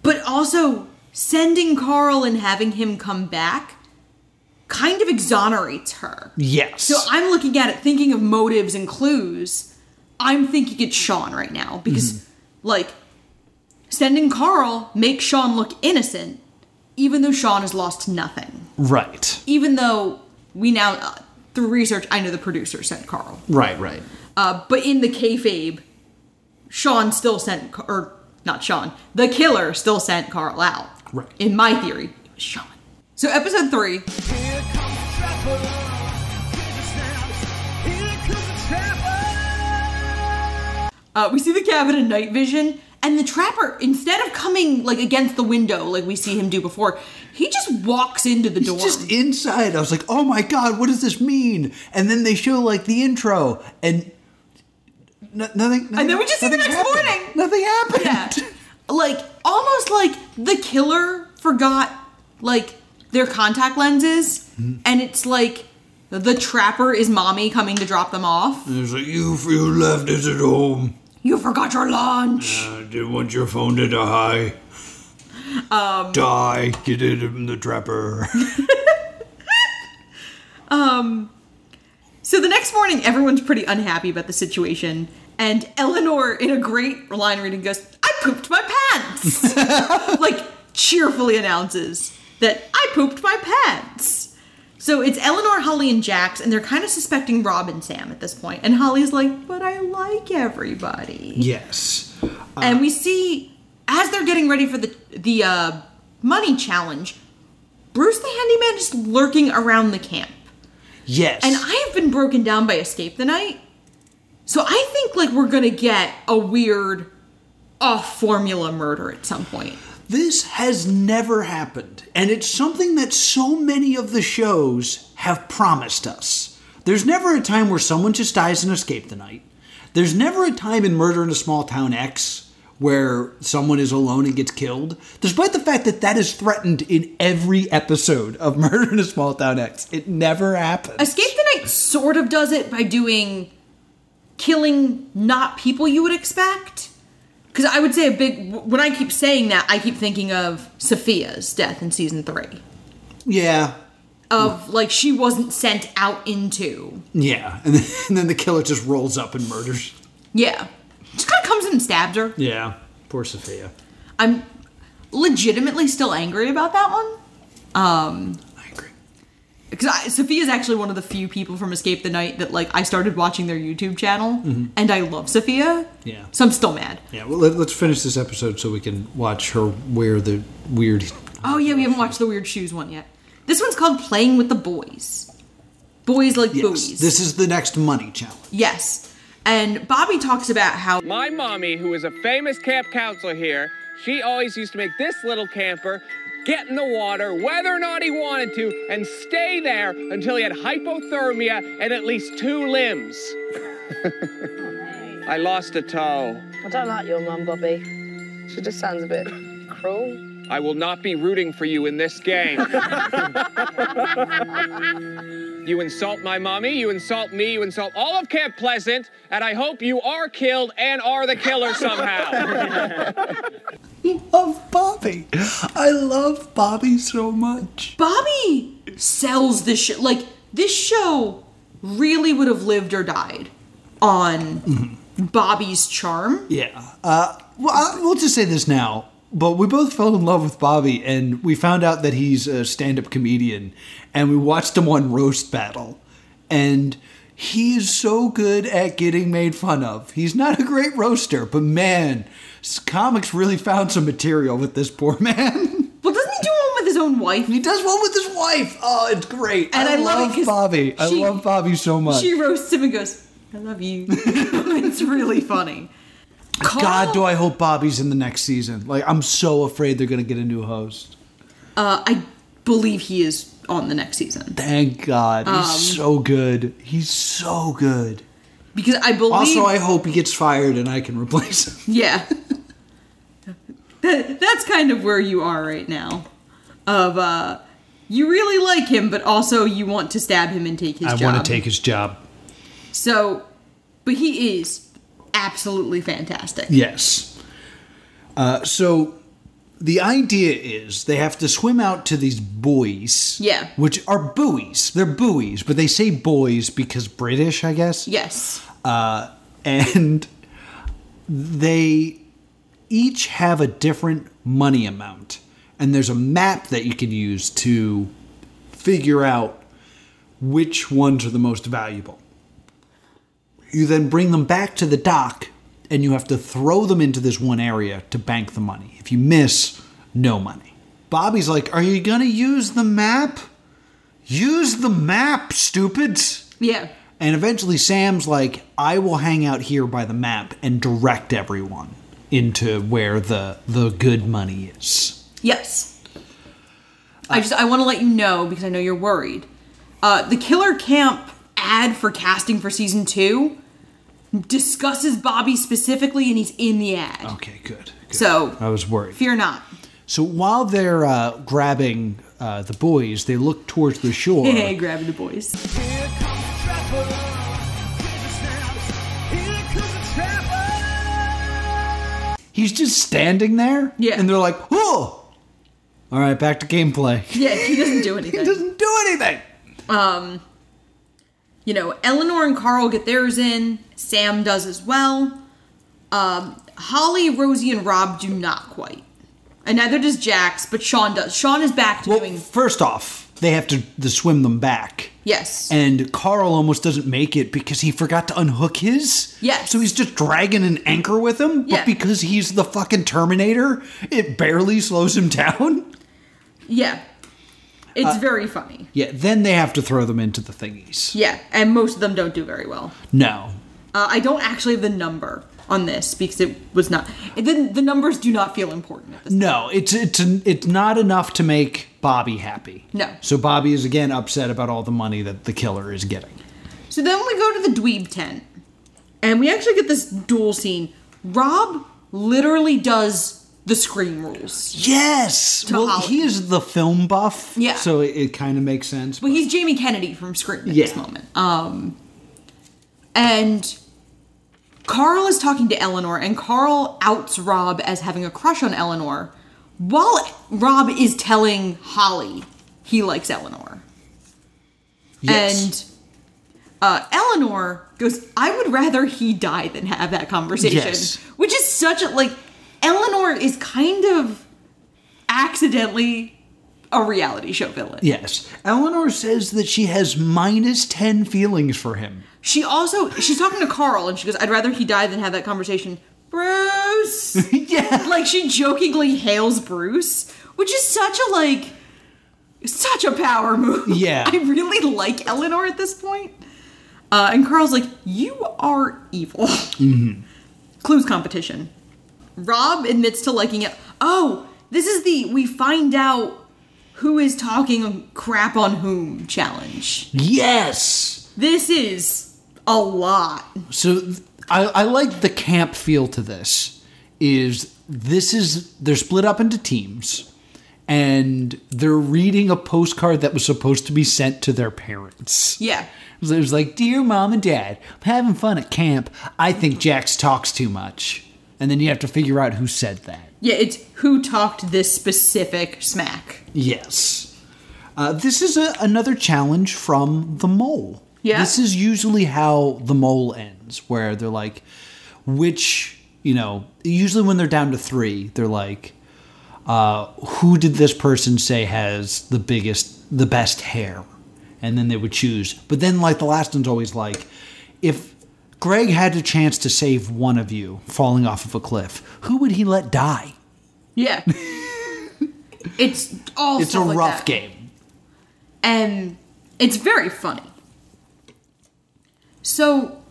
Speaker 1: but also sending Carl and having him come back kind of exonerates her.
Speaker 2: Yes.
Speaker 1: So I'm looking at it thinking of motives and clues. I'm thinking it's Sean right now because like sending Carl makes Sean look innocent even though Sean has lost nothing.
Speaker 2: right.
Speaker 1: Even though we now uh, through research I know the producer sent Carl.
Speaker 2: Right, right.
Speaker 1: Uh, but in the kayfabe, Sean still sent, or not Sean, the killer still sent Carl out.
Speaker 2: Right.
Speaker 1: In my theory, it was Sean. So episode three,
Speaker 3: Here comes the trapper. Here's the snaps. Here comes the trapper.
Speaker 1: uh, we see the cabin in night vision, and the trapper, instead of coming like against the window like we see him do before, he just walks into the door.
Speaker 2: Just inside, I was like, oh my god, what does this mean? And then they show like the intro and no- nothing, nothing.
Speaker 1: And then we just see the
Speaker 2: nothing
Speaker 1: next
Speaker 2: happened.
Speaker 1: morning.
Speaker 2: Nothing happened.
Speaker 1: yeah. Like almost like the killer forgot like their contact lenses, and it's like the trapper is mommy coming to drop them off.
Speaker 2: It's like, you, you left us at home.
Speaker 1: You forgot your lunch.
Speaker 2: I didn't want your phone to die. Um, die. Get it in the trapper.
Speaker 1: So the next morning, everyone's pretty unhappy about the situation, and Eleanor, in a great line reading, goes, I pooped my pants! like, cheerfully announces that I pooped my pants. So it's Eleanor, Holly, and Jax, and they're kind of suspecting Rob and Sam at this point. And Holly's like, But I like everybody.
Speaker 2: yes.
Speaker 1: and we see as they're getting ready for the the uh, money challenge, Bruce the handyman is lurking around the camp.
Speaker 2: Yes.
Speaker 1: And I have been broken down by Escape the Night. So I think like we're gonna get a weird off formula murder at some point.
Speaker 2: This has never happened, and it's something that so many of the shows have promised us. There's never a time where someone just dies and escape the night. There's never a time in Murder in a Small Town X where someone is alone and gets killed, despite the fact that that is threatened in every episode of Murder in a Small Town X. It never happens.
Speaker 1: Escape the Night sort of does it by doing killing not people you would expect. Because I would say a big, when I keep saying that, I keep thinking of Sophia's death in season three.
Speaker 2: yeah.
Speaker 1: Of like, she wasn't sent out into.
Speaker 2: Yeah. And then, and then the killer just rolls up and murders.
Speaker 1: Yeah. Just kind of comes in and stabs her.
Speaker 2: Yeah. Poor Sophia.
Speaker 1: I'm legitimately still angry about that one.
Speaker 2: I agree.
Speaker 1: because Sophia's actually one of the few people from Escape the Night that like I started watching their YouTube channel, and I love Sophia.
Speaker 2: Mm-hmm. Yeah.
Speaker 1: So I'm still mad.
Speaker 2: Yeah, well, let, let's finish this episode so we can watch her wear the weird.
Speaker 1: Oh yeah, we haven't watched the weird shoes one yet. This one's called Playing with the Boys. Boys like
Speaker 2: Yes,
Speaker 1: buoys.
Speaker 2: this is the next money challenge.
Speaker 1: yes. And Bobby talks about how
Speaker 5: My mommy, who is a famous camp counselor here, she always used to make this little camper get in the water, whether or not he wanted to, and stay there until he had hypothermia and at least two limbs. I lost a toe.
Speaker 6: I don't like your mum, Bobby. She just sounds a bit cruel.
Speaker 5: I will not be rooting for you in this game. you insult my mommy, you insult me, you insult all of Camp Pleasant, and I hope you are killed and are the killer somehow.
Speaker 2: Love Bobby. I love Bobby so much.
Speaker 1: Bobby sells this shit. Like this show really would have lived or died on Bobby's charm.
Speaker 2: Mm-hmm. Yeah. Uh, well, I, we'll just say this now. But we both fell in love with Bobby, and we found out that he's a stand-up comedian, and we watched him on roast battle, and he is so good at getting made fun of. He's not a great roaster, but man, s- comics really found some material with this poor man.
Speaker 1: Well, doesn't he do one with his own wife?
Speaker 2: He does one with his wife. Oh, it's great.
Speaker 1: And I love it 'cause
Speaker 2: Bobby. I
Speaker 1: she-
Speaker 2: love Bobby so much.
Speaker 1: She roasts him and goes, I love you. it's really funny.
Speaker 2: God, do I hope Bobby's in the next season. Like, I'm so afraid they're going to get a new host.
Speaker 1: Uh, I believe he is on the next season.
Speaker 2: Thank God. He's
Speaker 1: Um,
Speaker 2: so good. He's so good.
Speaker 1: Because I believe.
Speaker 2: Also, I hope he gets fired and I can replace him.
Speaker 1: Yeah. that, that's kind of where you are right now. Of, uh, you really like him, but also you want to stab him and take his job.
Speaker 2: his job.
Speaker 1: So, but he is absolutely fantastic.
Speaker 2: Yes. Uh, so the idea is they have to swim out to these buoys.
Speaker 1: Yeah.
Speaker 2: Which are buoys. They're buoys, but they say boys because British, I guess.
Speaker 1: Yes.
Speaker 2: And they each have a different money amount. And there's a map that you can use to figure out which ones are the most valuable. You then bring them back to the dock and you have to throw them into this one area to bank the money. If you miss, no money. Bobby's like, Are you going to use the map? Use the map, stupids.
Speaker 1: Yeah.
Speaker 2: And eventually, Sam's like, I will hang out here by the map and direct everyone into where the the good money is.
Speaker 1: Yes. I just I want to let you know because I know you're worried. Uh, the Killer Camp ad for casting for season two discusses Bobby specifically, and he's in the ad.
Speaker 2: Okay, good. good.
Speaker 1: So-
Speaker 2: I was worried.
Speaker 1: Fear not.
Speaker 2: So while they're uh, grabbing uh, the boys, they look towards the shore.
Speaker 1: Hey, grabbing the boys.
Speaker 3: Here comes the trapper. Give the snaps. Here comes the trapper.
Speaker 2: He's just standing there.
Speaker 1: Yeah.
Speaker 2: And they're like, "Oh, all right, back to gameplay." He
Speaker 1: Yeah, he doesn't do anything.
Speaker 2: doesn't do anything.
Speaker 1: you know, Eleanor and Carl get theirs in. Sam does as well. Um, Holly, Rosie, and Rob do not quite, and neither does Jax. But Sean does. Sean is back to
Speaker 2: Well,
Speaker 1: doing
Speaker 2: first off, they have to, to swim them back.
Speaker 1: yes.
Speaker 2: And Carl almost doesn't make it because he forgot to unhook his.
Speaker 1: Yes.
Speaker 2: So he's just dragging an anchor with him.
Speaker 1: Yeah.
Speaker 2: But because he's the fucking Terminator, it barely slows him down.
Speaker 1: yeah,
Speaker 2: Uh,
Speaker 1: it's very funny.
Speaker 2: Yeah, then they have to throw them into the thingies.
Speaker 1: Yeah, and most of them don't do very well.
Speaker 2: No.
Speaker 1: Uh, I don't actually have the number on this because it was not. It, the, the numbers do not feel important at this.
Speaker 2: No, it's it's it's not enough to make Bobby happy.
Speaker 1: No.
Speaker 2: So Bobby is again upset about all the money that the killer is getting.
Speaker 1: So then we go to the dweeb tent, and we actually get this duel scene. Rob literally does the scream rules.
Speaker 2: Yes.
Speaker 1: To
Speaker 2: well,
Speaker 1: Holly.
Speaker 2: he is the film buff.
Speaker 1: Yeah.
Speaker 2: So it, it kind of makes sense.
Speaker 1: Well, he's Jamie Kennedy from Scream at this
Speaker 2: Yeah.
Speaker 1: moment. Um, and Carl is talking to Eleanor, and Carl outs Rob as having a crush on Eleanor, while Rob is telling Holly he likes Eleanor.
Speaker 2: Yes.
Speaker 1: And uh, Eleanor goes, I would rather he die than have that conversation.
Speaker 2: Yes.
Speaker 1: Which is such a, like, Eleanor is kind of accidentally a reality show villain.
Speaker 2: Yes. Eleanor says that she has minus 10 feelings for him.
Speaker 1: She also she's talking to Carl and she goes, "I'd rather he die than have that conversation." Bruce,
Speaker 2: yeah.
Speaker 1: like she jokingly hails Bruce, which is such a like such a power move.
Speaker 2: Yeah.
Speaker 1: I really like Eleanor at this point. Uh, and Carl's like, "You are evil."
Speaker 2: Mm-hmm.
Speaker 1: Clues competition. Rob admits to liking it. Oh, this is the we find out who is talking crap on whom challenge.
Speaker 2: Yes.
Speaker 1: This is a lot.
Speaker 2: So th- I, I like the camp feel to this. Is this is they're split up into teams and they're reading a postcard that was supposed to be sent to their parents.
Speaker 1: Yeah.
Speaker 2: It was like, Dear mom and dad, I'm having fun at camp. I think Jax talks too much. And then you have to figure out who said that.
Speaker 1: Yeah, it's who talked this specific smack.
Speaker 2: Yes. Uh, this is a, another challenge from the mole.
Speaker 1: Yeah.
Speaker 2: This is usually how the mole ends, where they're like, which, you know, usually when they're down to three, they're like, uh, who did this person say has the biggest, the best hair? And then they would choose. But then, like, the last one's always like, if Greg had a chance to save one of you falling off of a cliff, who would he let die?
Speaker 1: Yeah. it's all
Speaker 2: It's
Speaker 1: stuff
Speaker 2: a
Speaker 1: like
Speaker 2: rough
Speaker 1: that.
Speaker 2: game.
Speaker 1: And it's very funny. So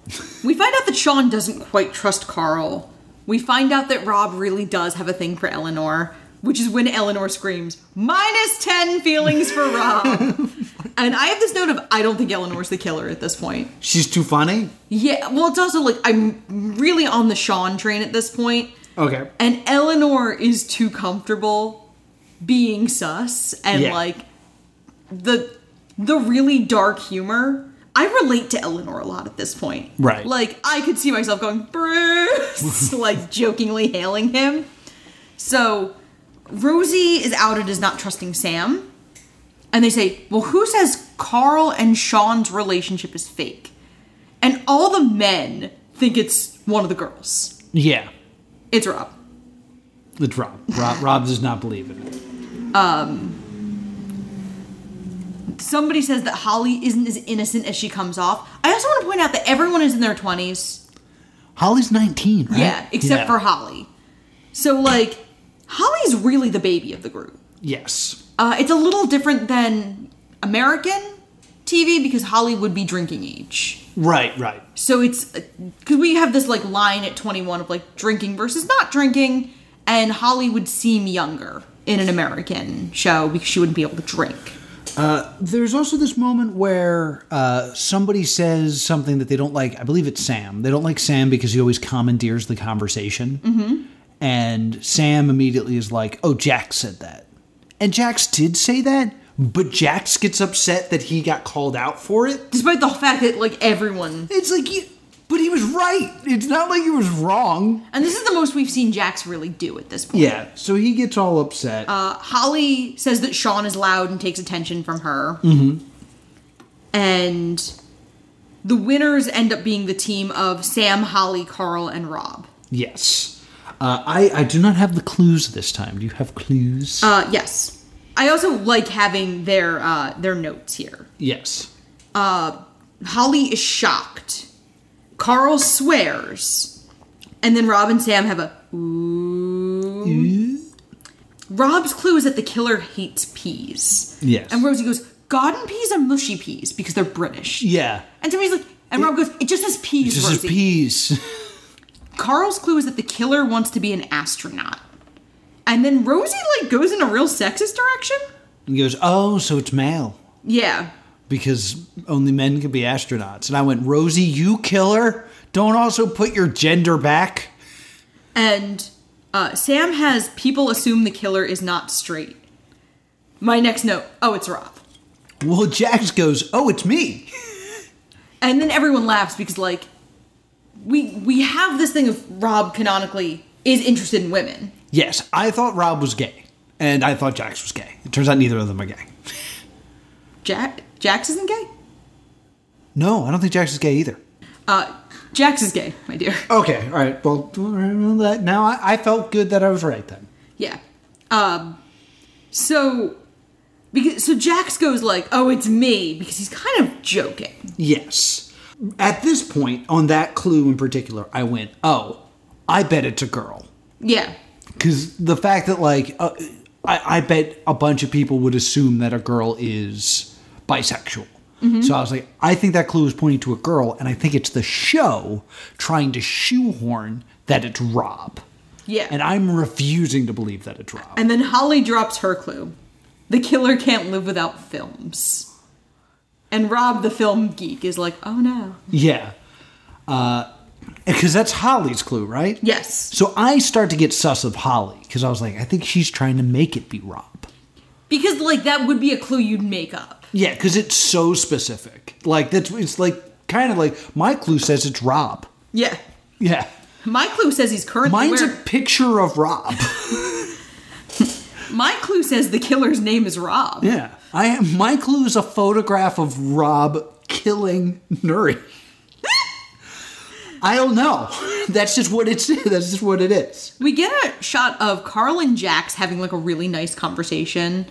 Speaker 1: we find out that Sean doesn't quite trust Carl. We find out that Rob really does have a thing for Eleanor, which is when Eleanor screams, minus 10 feelings for Rob. and I have this note of, I don't think Eleanor's the killer at this point.
Speaker 2: She's too funny?
Speaker 1: Yeah, well, it's also like I'm really on the Sean train at this point,
Speaker 2: Okay.
Speaker 1: and Eleanor is too comfortable being sus and
Speaker 2: Yeah.
Speaker 1: like the the really dark humor. I relate to Eleanor a lot at this point.
Speaker 2: Right.
Speaker 1: Like I could see myself going Bruce, like jokingly hailing him. So Rosie is outed as not trusting Sam. And they say, well, who says Carl and Sean's relationship is fake? And all the men think it's one of the girls.
Speaker 2: Yeah.
Speaker 1: It's Rob.
Speaker 2: It's Rob. Rob, Rob does not believe in it.
Speaker 1: Somebody says that Holly isn't as innocent as she comes off. I also want to point out that everyone is in their 20s.
Speaker 2: Holly's 19, right?
Speaker 1: Yeah, except
Speaker 2: Yeah.
Speaker 1: for Holly. So, like, Holly's really the baby of the group.
Speaker 2: Yes.
Speaker 1: Uh, it's a little different than American TV because Holly would be drinking age.
Speaker 2: Right, right.
Speaker 1: So it's because we have this like line at 21 of like drinking versus not drinking, and Holly would seem younger in an American show because she wouldn't be able to drink.
Speaker 2: There's also this moment where uh, somebody says something that they don't like. I believe it's Sam. They don't like Sam because he always commandeers the conversation. Mm-hmm. And Sam immediately is like, oh, Jax said that. And Jax did say that, but Jax gets upset that he got called out for it.
Speaker 1: Despite the fact that like everyone,
Speaker 2: It's like, you, but he was right. It's not like he was wrong.
Speaker 1: and this is the most we've seen Jax really do at this point.
Speaker 2: Yeah, so he gets all upset.
Speaker 1: Uh, Holly says that Sean is loud and takes attention from her. And the winners end up being the team of Sam, Holly, Carl, and Rob.
Speaker 2: yes. Uh, I, I do not have the clues this time. Do you have clues?
Speaker 1: Uh, yes. I also like having their uh, their notes here.
Speaker 2: yes.
Speaker 1: Holly is shocked. Carl swears. And then Rob and Sam have a ooh.
Speaker 2: Mm. Mm-hmm.
Speaker 1: Rob's clue is that the killer hates peas.
Speaker 2: Yes.
Speaker 1: And Rosie goes, Godden peas are mushy peas because they're British.
Speaker 2: Yeah.
Speaker 1: And somebody's like, and Rob goes, it just says peas,
Speaker 2: Just
Speaker 1: Rosie.
Speaker 2: a piece.
Speaker 1: Carl's clue is that the killer wants to be an astronaut. And then Rosie like goes in a real sexist direction.
Speaker 2: And he goes, oh, so it's male.
Speaker 1: Yeah.
Speaker 2: Because only men can be astronauts. And I went, Rosie, you killer. Don't also put your gender back.
Speaker 1: And uh, Sam has people assume the killer is not straight. My next note oh, it's Rob.
Speaker 2: Well, Jax goes, "Oh, it's me."
Speaker 1: And then everyone laughs because, like, we we have this thing of Rob canonically is interested in women.
Speaker 2: Yes, I thought Rob was gay, and I thought Jax was gay. It turns out neither of them are gay.
Speaker 1: Jack Jax isn't gay.
Speaker 2: No, I don't think Jax is gay either.
Speaker 1: Uh, Jax is gay, my dear.
Speaker 2: Okay, all right. Well, all right, well, that now I, I felt good that I was right then.
Speaker 1: Yeah. Um. So, because so Jax goes like, "Oh, it's me," because he's kind of joking.
Speaker 2: Yes. At this point, on that clue in particular, I went, "Oh, I bet it's a girl,"
Speaker 1: Yeah.
Speaker 2: because the fact that like uh, I, I bet a bunch of people would assume that a girl is bisexual. So I was like, I think that clue is pointing to a girl, and I think it's the show trying to shoehorn that it's Rob.
Speaker 1: Yeah.
Speaker 2: And I'm refusing to believe that it's Rob.
Speaker 1: And then Holly drops her clue. The killer can't live without films. And Rob, the film geek, is like, oh no.
Speaker 2: Yeah. Because Uh, that's Holly's clue, right?
Speaker 1: Yes.
Speaker 2: So I start to get sus of Holly because I was like, I think she's trying to make it be Rob.
Speaker 1: Because, like, that would be a clue you'd make up.
Speaker 2: Yeah, because it's so specific. Like that's it's like kind of like my clue says it's Rob.
Speaker 1: Yeah.
Speaker 2: Yeah,
Speaker 1: My clue says he's currently
Speaker 2: mine's a
Speaker 1: wearing-
Speaker 2: picture of Rob.
Speaker 1: My clue says the killer's name is Rob.
Speaker 2: yeah, I am. My clue is a photograph of Rob killing Nuri. I don't know. That's just what it's. That's just what it is.
Speaker 1: We get a shot of Carl and Jax having, like, a really nice conversation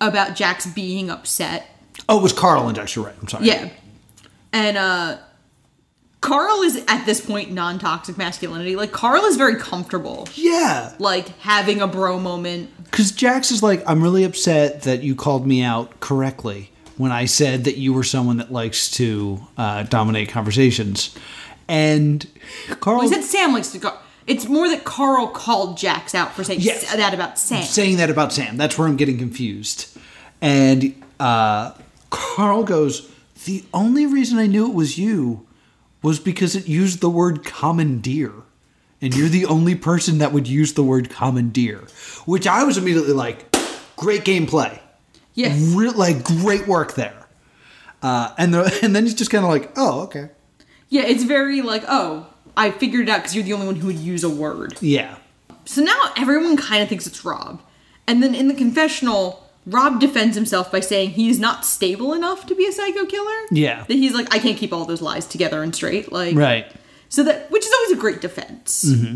Speaker 1: about Jax being upset.
Speaker 2: Oh, it was Carl and Dexter, right? I'm sorry.
Speaker 1: Yeah. And, uh,. Carl is at this point non toxic masculinity. Like, Carl is very comfortable,
Speaker 2: Yeah.
Speaker 1: like, having a bro moment.
Speaker 2: Because Jax is like, I'm really upset that you called me out correctly when I said that you were someone that likes to uh, dominate conversations. And Carl
Speaker 1: Well, he said Sam likes to go. It's more that Carl called Jax out for saying
Speaker 2: Yes.
Speaker 1: s- that about Sam.
Speaker 2: saying that about Sam. That's where I'm getting confused. And uh, Carl goes, The only reason I knew it was you was because it used the word commandeer. And you're the only person that would use the word commandeer, which I was immediately like, great gameplay.
Speaker 1: yes.
Speaker 2: real, like great work there. Uh, and the, and then he's just kind of like, oh, okay,
Speaker 1: Yeah, it's very like, oh, I figured it out because you're the only one who would use a word.
Speaker 2: yeah,
Speaker 1: So now everyone kind of thinks it's Rob. And then in the confessional, Rob defends himself by saying he is not stable enough to be a psycho killer.
Speaker 2: Yeah.
Speaker 1: That he's like, I can't keep all those lies together and straight. Like,
Speaker 2: right, Mm-hmm.
Speaker 1: So that, which is always a great defense. Um,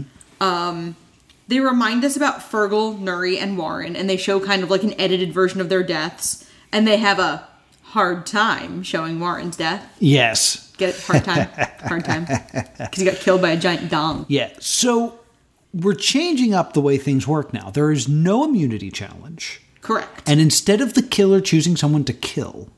Speaker 1: they remind us about Fergal, Nuri, and Warren, and they show kind of like an edited version of their deaths, and they have a hard time showing Warren's death.
Speaker 2: yes,
Speaker 1: Get it? hard time, hard time, because he got killed by a giant dong.
Speaker 2: yeah. So we're changing up the way things work now. There is no immunity challenge,
Speaker 1: Correct.
Speaker 2: and instead of the killer choosing someone to kill,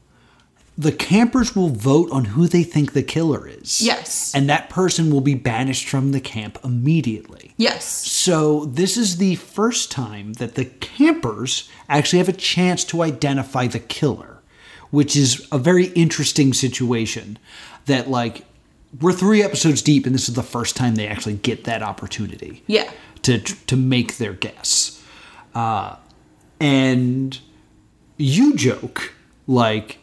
Speaker 2: the campers will vote on who they think the killer is.
Speaker 1: Yes.
Speaker 2: and that person will be banished from the camp immediately.
Speaker 1: yes.
Speaker 2: So this is the first time that the campers actually have a chance to identify the killer, which is a very interesting situation that like we're 3 episodes deep and this is the first time they actually get that opportunity
Speaker 1: Yeah.
Speaker 2: to to make their guess. Uh and you joke like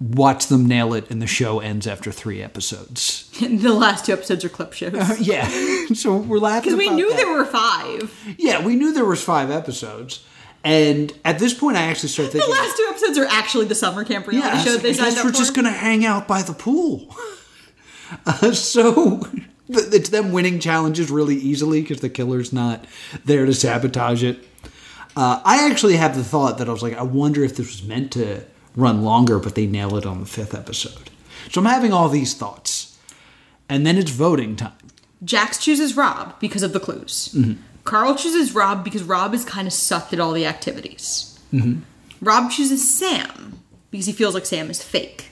Speaker 2: watch them nail it and the show ends after 3 episodes.
Speaker 1: the last two episodes are clip shows because
Speaker 2: Yeah. so we're laughing
Speaker 1: we
Speaker 2: about
Speaker 1: knew
Speaker 2: Uh, that.
Speaker 1: there were five.
Speaker 2: Yeah, we knew there was five episodes, and at this point, I actually start
Speaker 1: The
Speaker 2: thinking,
Speaker 1: last two episodes are actually the summer camp reality
Speaker 2: yeah,
Speaker 1: show
Speaker 2: I
Speaker 1: that they signed
Speaker 2: guess
Speaker 1: up
Speaker 2: we're
Speaker 1: for.
Speaker 2: just gonna hang out by the pool. Uh, so th- it's them winning challenges really easily because the killer's not there to sabotage it. Uh, I actually have the thought that I was like, I wonder if this was meant to run longer, but they nail it on the fifth episode. So I'm having all these thoughts, and then it's voting time.
Speaker 1: Jax chooses Rob because of the clues.
Speaker 2: Mm-hmm.
Speaker 1: Carl chooses Rob because Rob is kind of sucked at all the activities.
Speaker 2: Mm-hmm.
Speaker 1: Rob chooses Sam because he feels like Sam is fake.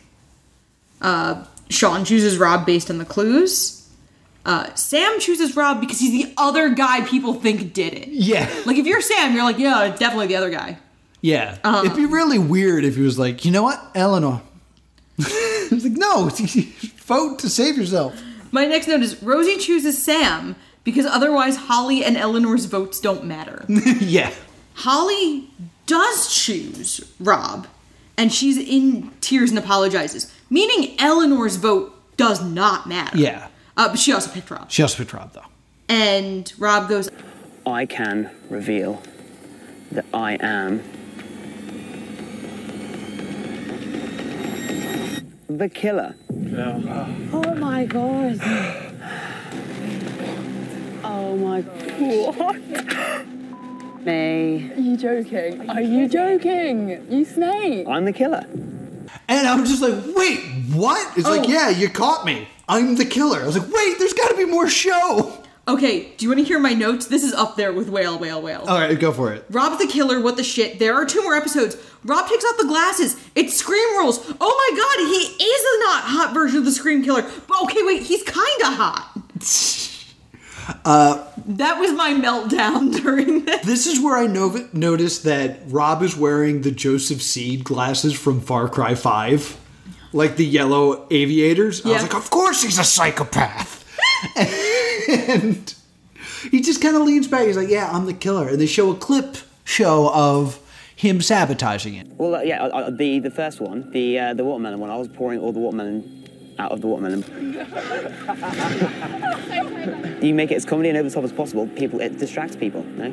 Speaker 1: Uh, Sean chooses Rob based on the clues. Uh, Sam chooses Rob because he's the other guy people think did it.
Speaker 2: Yeah,
Speaker 1: Like if you're Sam, you're like, yeah, it's definitely the other guy.
Speaker 2: Yeah. It'd be really weird if he was like, you know what, Eleanor. He's like, no, vote to save yourself.
Speaker 1: My next note is Rosie chooses Sam because otherwise Holly and Eleanor's votes don't matter.
Speaker 2: yeah.
Speaker 1: Holly does choose Rob, and she's in tears and apologizes, meaning Eleanor's vote does not matter.
Speaker 2: Yeah.
Speaker 1: Uh, but she also picked Rob.
Speaker 2: She also picked Rob, though.
Speaker 1: And Rob goes,
Speaker 8: I can reveal that I am the killer.
Speaker 9: Oh my god. Oh my god.
Speaker 8: Me.
Speaker 9: Are you joking? Are you joking? You snake.
Speaker 8: I'm the killer.
Speaker 2: And I was just like, wait, what? It's like,
Speaker 1: Oh.
Speaker 2: yeah, you caught me. I'm the killer. I was like, wait, there's got to be more show.
Speaker 1: Okay, do you want to hear my notes? This is up there with Whale, Whale, Whale.
Speaker 2: All right, go for it.
Speaker 1: Rob the Killer, what the shit? There are two more episodes. Rob takes off the glasses. It's Scream Rules. Oh my god, he is the not hot version of the Scream Killer. But okay, wait, he's kind of hot. Uh, that was my meltdown during this.
Speaker 2: This is where I no- noticed that Rob is wearing the Joseph Seed glasses from Far Cry 5, like the yellow aviators. I
Speaker 1: Yeah.
Speaker 2: was like, of course he's a psychopath. and he just kind of leans back. He's like, yeah, I'm the killer. And they show a clip show of him sabotaging it.
Speaker 8: Well, uh, yeah, uh, uh, the the first one, the uh, the watermelon one. I was pouring all the watermelon out of the watermelon. you make it as comedy and over the top as possible. People, it distracts people. No.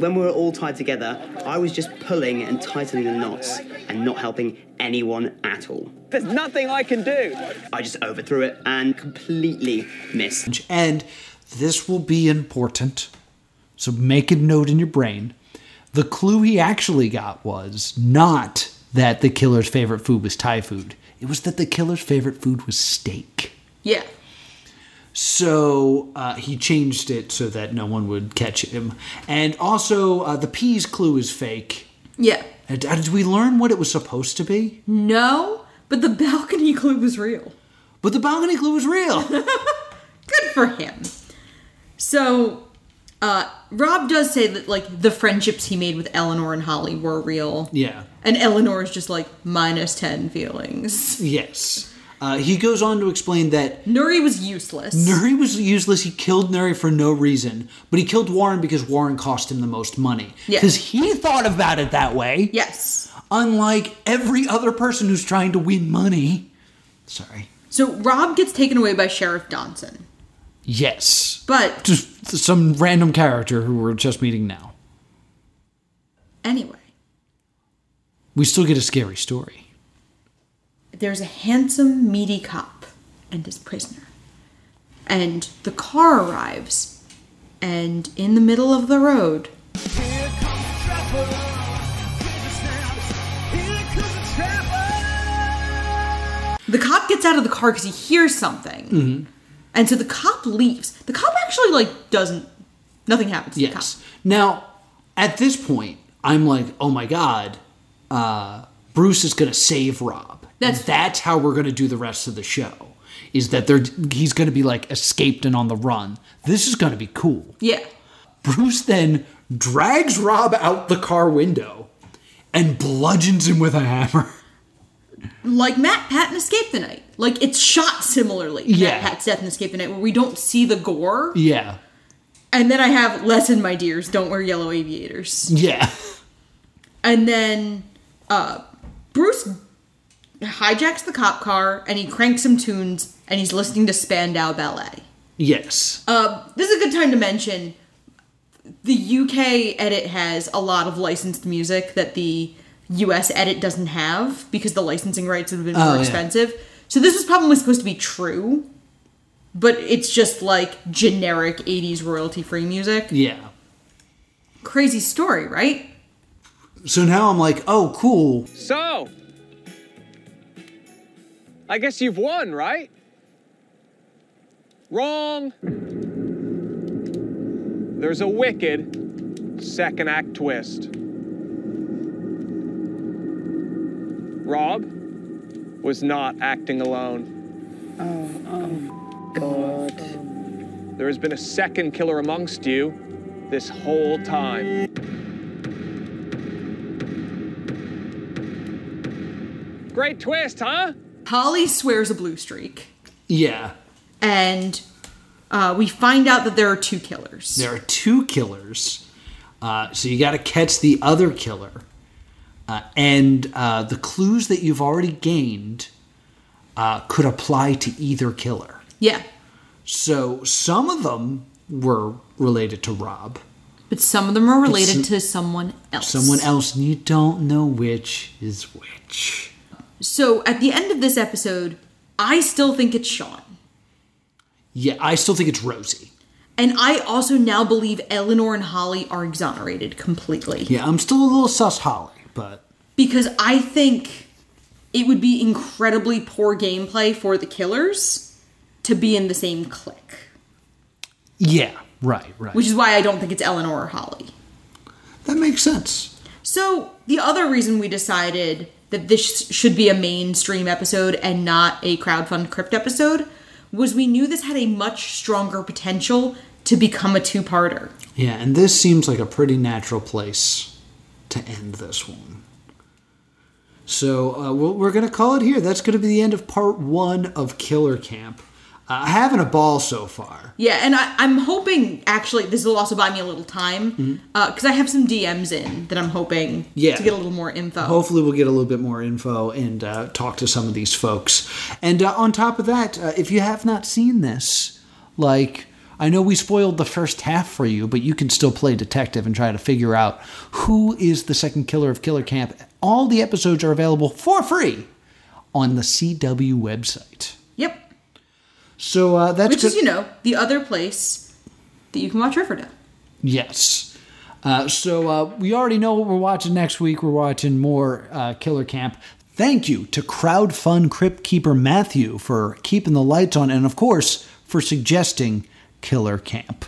Speaker 8: When we were all tied together, I was just pulling and tightening the knots and not helping anyone at all. There's nothing I can do. I just overthrew it and completely missed.
Speaker 2: And this will be important. So make a note in your brain. The clue he actually got was not that the killer's favorite food was Thai food, it was that the killer's favorite food was steak.
Speaker 1: Yeah.
Speaker 2: So uh, he changed it so that no one would catch him. And also, uh, the peas clue is fake.
Speaker 1: Yeah.
Speaker 2: And, uh, did we learn what it was supposed to be?
Speaker 1: No, but the balcony clue was real.
Speaker 2: But the balcony clue was real.
Speaker 1: Good for him. So, uh, Rob does say that, like, the friendships he made with Eleanor and Holly were real.
Speaker 2: yeah.
Speaker 1: And Eleanor is just like, minus 10 feelings.
Speaker 2: Yes. Uh, he goes on to explain that
Speaker 1: Nuri was useless.
Speaker 2: Nuri was useless. He killed Nuri for no reason, but he killed Warren because Warren cost him the most money.
Speaker 1: Yeah.
Speaker 2: Because he thought about it that way.
Speaker 1: yes.
Speaker 2: Unlike every other person who's trying to win money. Sorry.
Speaker 1: So Rob gets taken away by Sheriff Donson.
Speaker 2: Yes.
Speaker 1: But
Speaker 2: Just some random character who we're just meeting now.
Speaker 1: anyway,
Speaker 2: We still get a scary story.
Speaker 1: there's a handsome, meaty cop and his prisoner. And the car arrives, and in the middle of the road,
Speaker 3: Here comes the trapper. Give the snaps. Here comes the trapper.
Speaker 1: the cop gets out of the car because he hears something.
Speaker 2: Mm-hmm.
Speaker 1: And so the cop leaves. The cop actually, like, doesn't. Nothing happens to
Speaker 2: Yes. Now, at this point, I'm like, oh my god, uh, Bruce is going to save Rob.
Speaker 1: That's-
Speaker 2: and that's how we're going to do the rest of the show. Is that they're he's going to be like escaped and on the run. This is going to be cool.
Speaker 1: the cop. Yeah.
Speaker 2: Bruce then drags Rob out the car window and bludgeons him with a hammer.
Speaker 1: like Matt Patton Escape the Night. Like it's shot similarly.
Speaker 2: Yeah.
Speaker 1: Matt Patton's Death and Escape the Night, where we don't see the gore.
Speaker 2: Yeah.
Speaker 1: And then I have Lesson, my dears, don't wear yellow aviators.
Speaker 2: Yeah.
Speaker 1: And then uh Bruce hijacks the cop car and he cranks some tunes and he's listening to Spandau Ballet.
Speaker 2: Yes.
Speaker 1: Uh, this is a good time to mention the UK edit has a lot of licensed music that the US edit doesn't have because the licensing rights have been more
Speaker 2: Oh, yeah.
Speaker 1: expensive. So this was probably supposed to be true, but it's just like generic 80s royalty free music.
Speaker 2: yeah.
Speaker 1: Crazy story, right?
Speaker 2: So now I'm like, oh, cool.
Speaker 5: So, I guess you've won, right? Wrong. There's a wicked second act twist. Rob was not acting alone.
Speaker 6: God.
Speaker 5: There has been a second killer amongst you this whole time. Great twist, huh?
Speaker 1: Holly swears a blue streak.
Speaker 2: Yeah.
Speaker 1: And Uh, we find out that there are two killers.
Speaker 2: There are two killers, uh, so you got to catch the other killer. Uh, and uh, the clues that you've already gained uh, could apply to either killer.
Speaker 1: Yeah,
Speaker 2: So some of them were related to Rob,
Speaker 1: but some of them are related
Speaker 2: some-
Speaker 1: to someone else.
Speaker 2: someone else, and you don't know which is which.
Speaker 1: So at the end of this episode, I still think it's Sean.
Speaker 2: Yeah, I still think it's Rosie.
Speaker 1: And I also now believe Eleanor and Holly are exonerated completely.
Speaker 2: Yeah, I'm still a little sus Holly, but
Speaker 1: Because I think it would be incredibly poor gameplay for the killers to be in the same clique.
Speaker 2: yeah, right, right.
Speaker 1: Which is why I don't think it's Eleanor or Holly.
Speaker 2: that makes sense.
Speaker 1: So the other reason we decided that this should be a mainstream episode and not a crowdfund crypt episode was we knew this had a much stronger potential to become a two-parter.
Speaker 2: Yeah, and this seems like a pretty natural place to end this one. So uh, we'll, we're going to call it here. That's going to be the end of part one of Killer Camp. Uh, having a ball so far.
Speaker 1: Yeah, and I, I'm hoping actually this will also buy me a little time because I have some DMs in that I'm hoping
Speaker 2: Yeah.
Speaker 1: to get a little more info.
Speaker 2: Hopefully, we'll get a little bit more info and uh, talk to some of these folks. And uh, on top of that, uh, if you have not seen this, like, I know we spoiled the first half for you, but you can still play detective and try to figure out who is the second killer of Killer Camp. All the episodes are available for free on the CW website.
Speaker 1: Yep,
Speaker 2: So uh, that's
Speaker 1: which
Speaker 2: good.
Speaker 1: is you know the other place that you can watch Riverdale.
Speaker 2: Yes. Uh, so uh, we already know what we're watching next week. We're watching more uh, Killer Camp. Thank you to crowdfund crypt keeper Matthew for keeping the lights on, and of course for suggesting Killer Camp.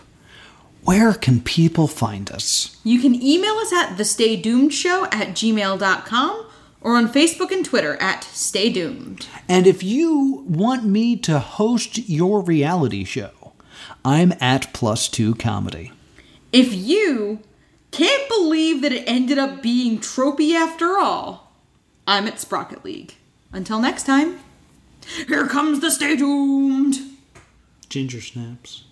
Speaker 2: Where can people find us?
Speaker 1: You can email us at the Stay Doomed Show at gmail.com or on Facebook and Twitter at Stay Doomed.
Speaker 2: And if you want me to host your reality show, I'm at plus two comedy.
Speaker 1: If you can't believe that it ended up being tropey after all, I'm at Sprocket League. Until next time, here comes the Stay Doomed.
Speaker 2: Ginger snaps.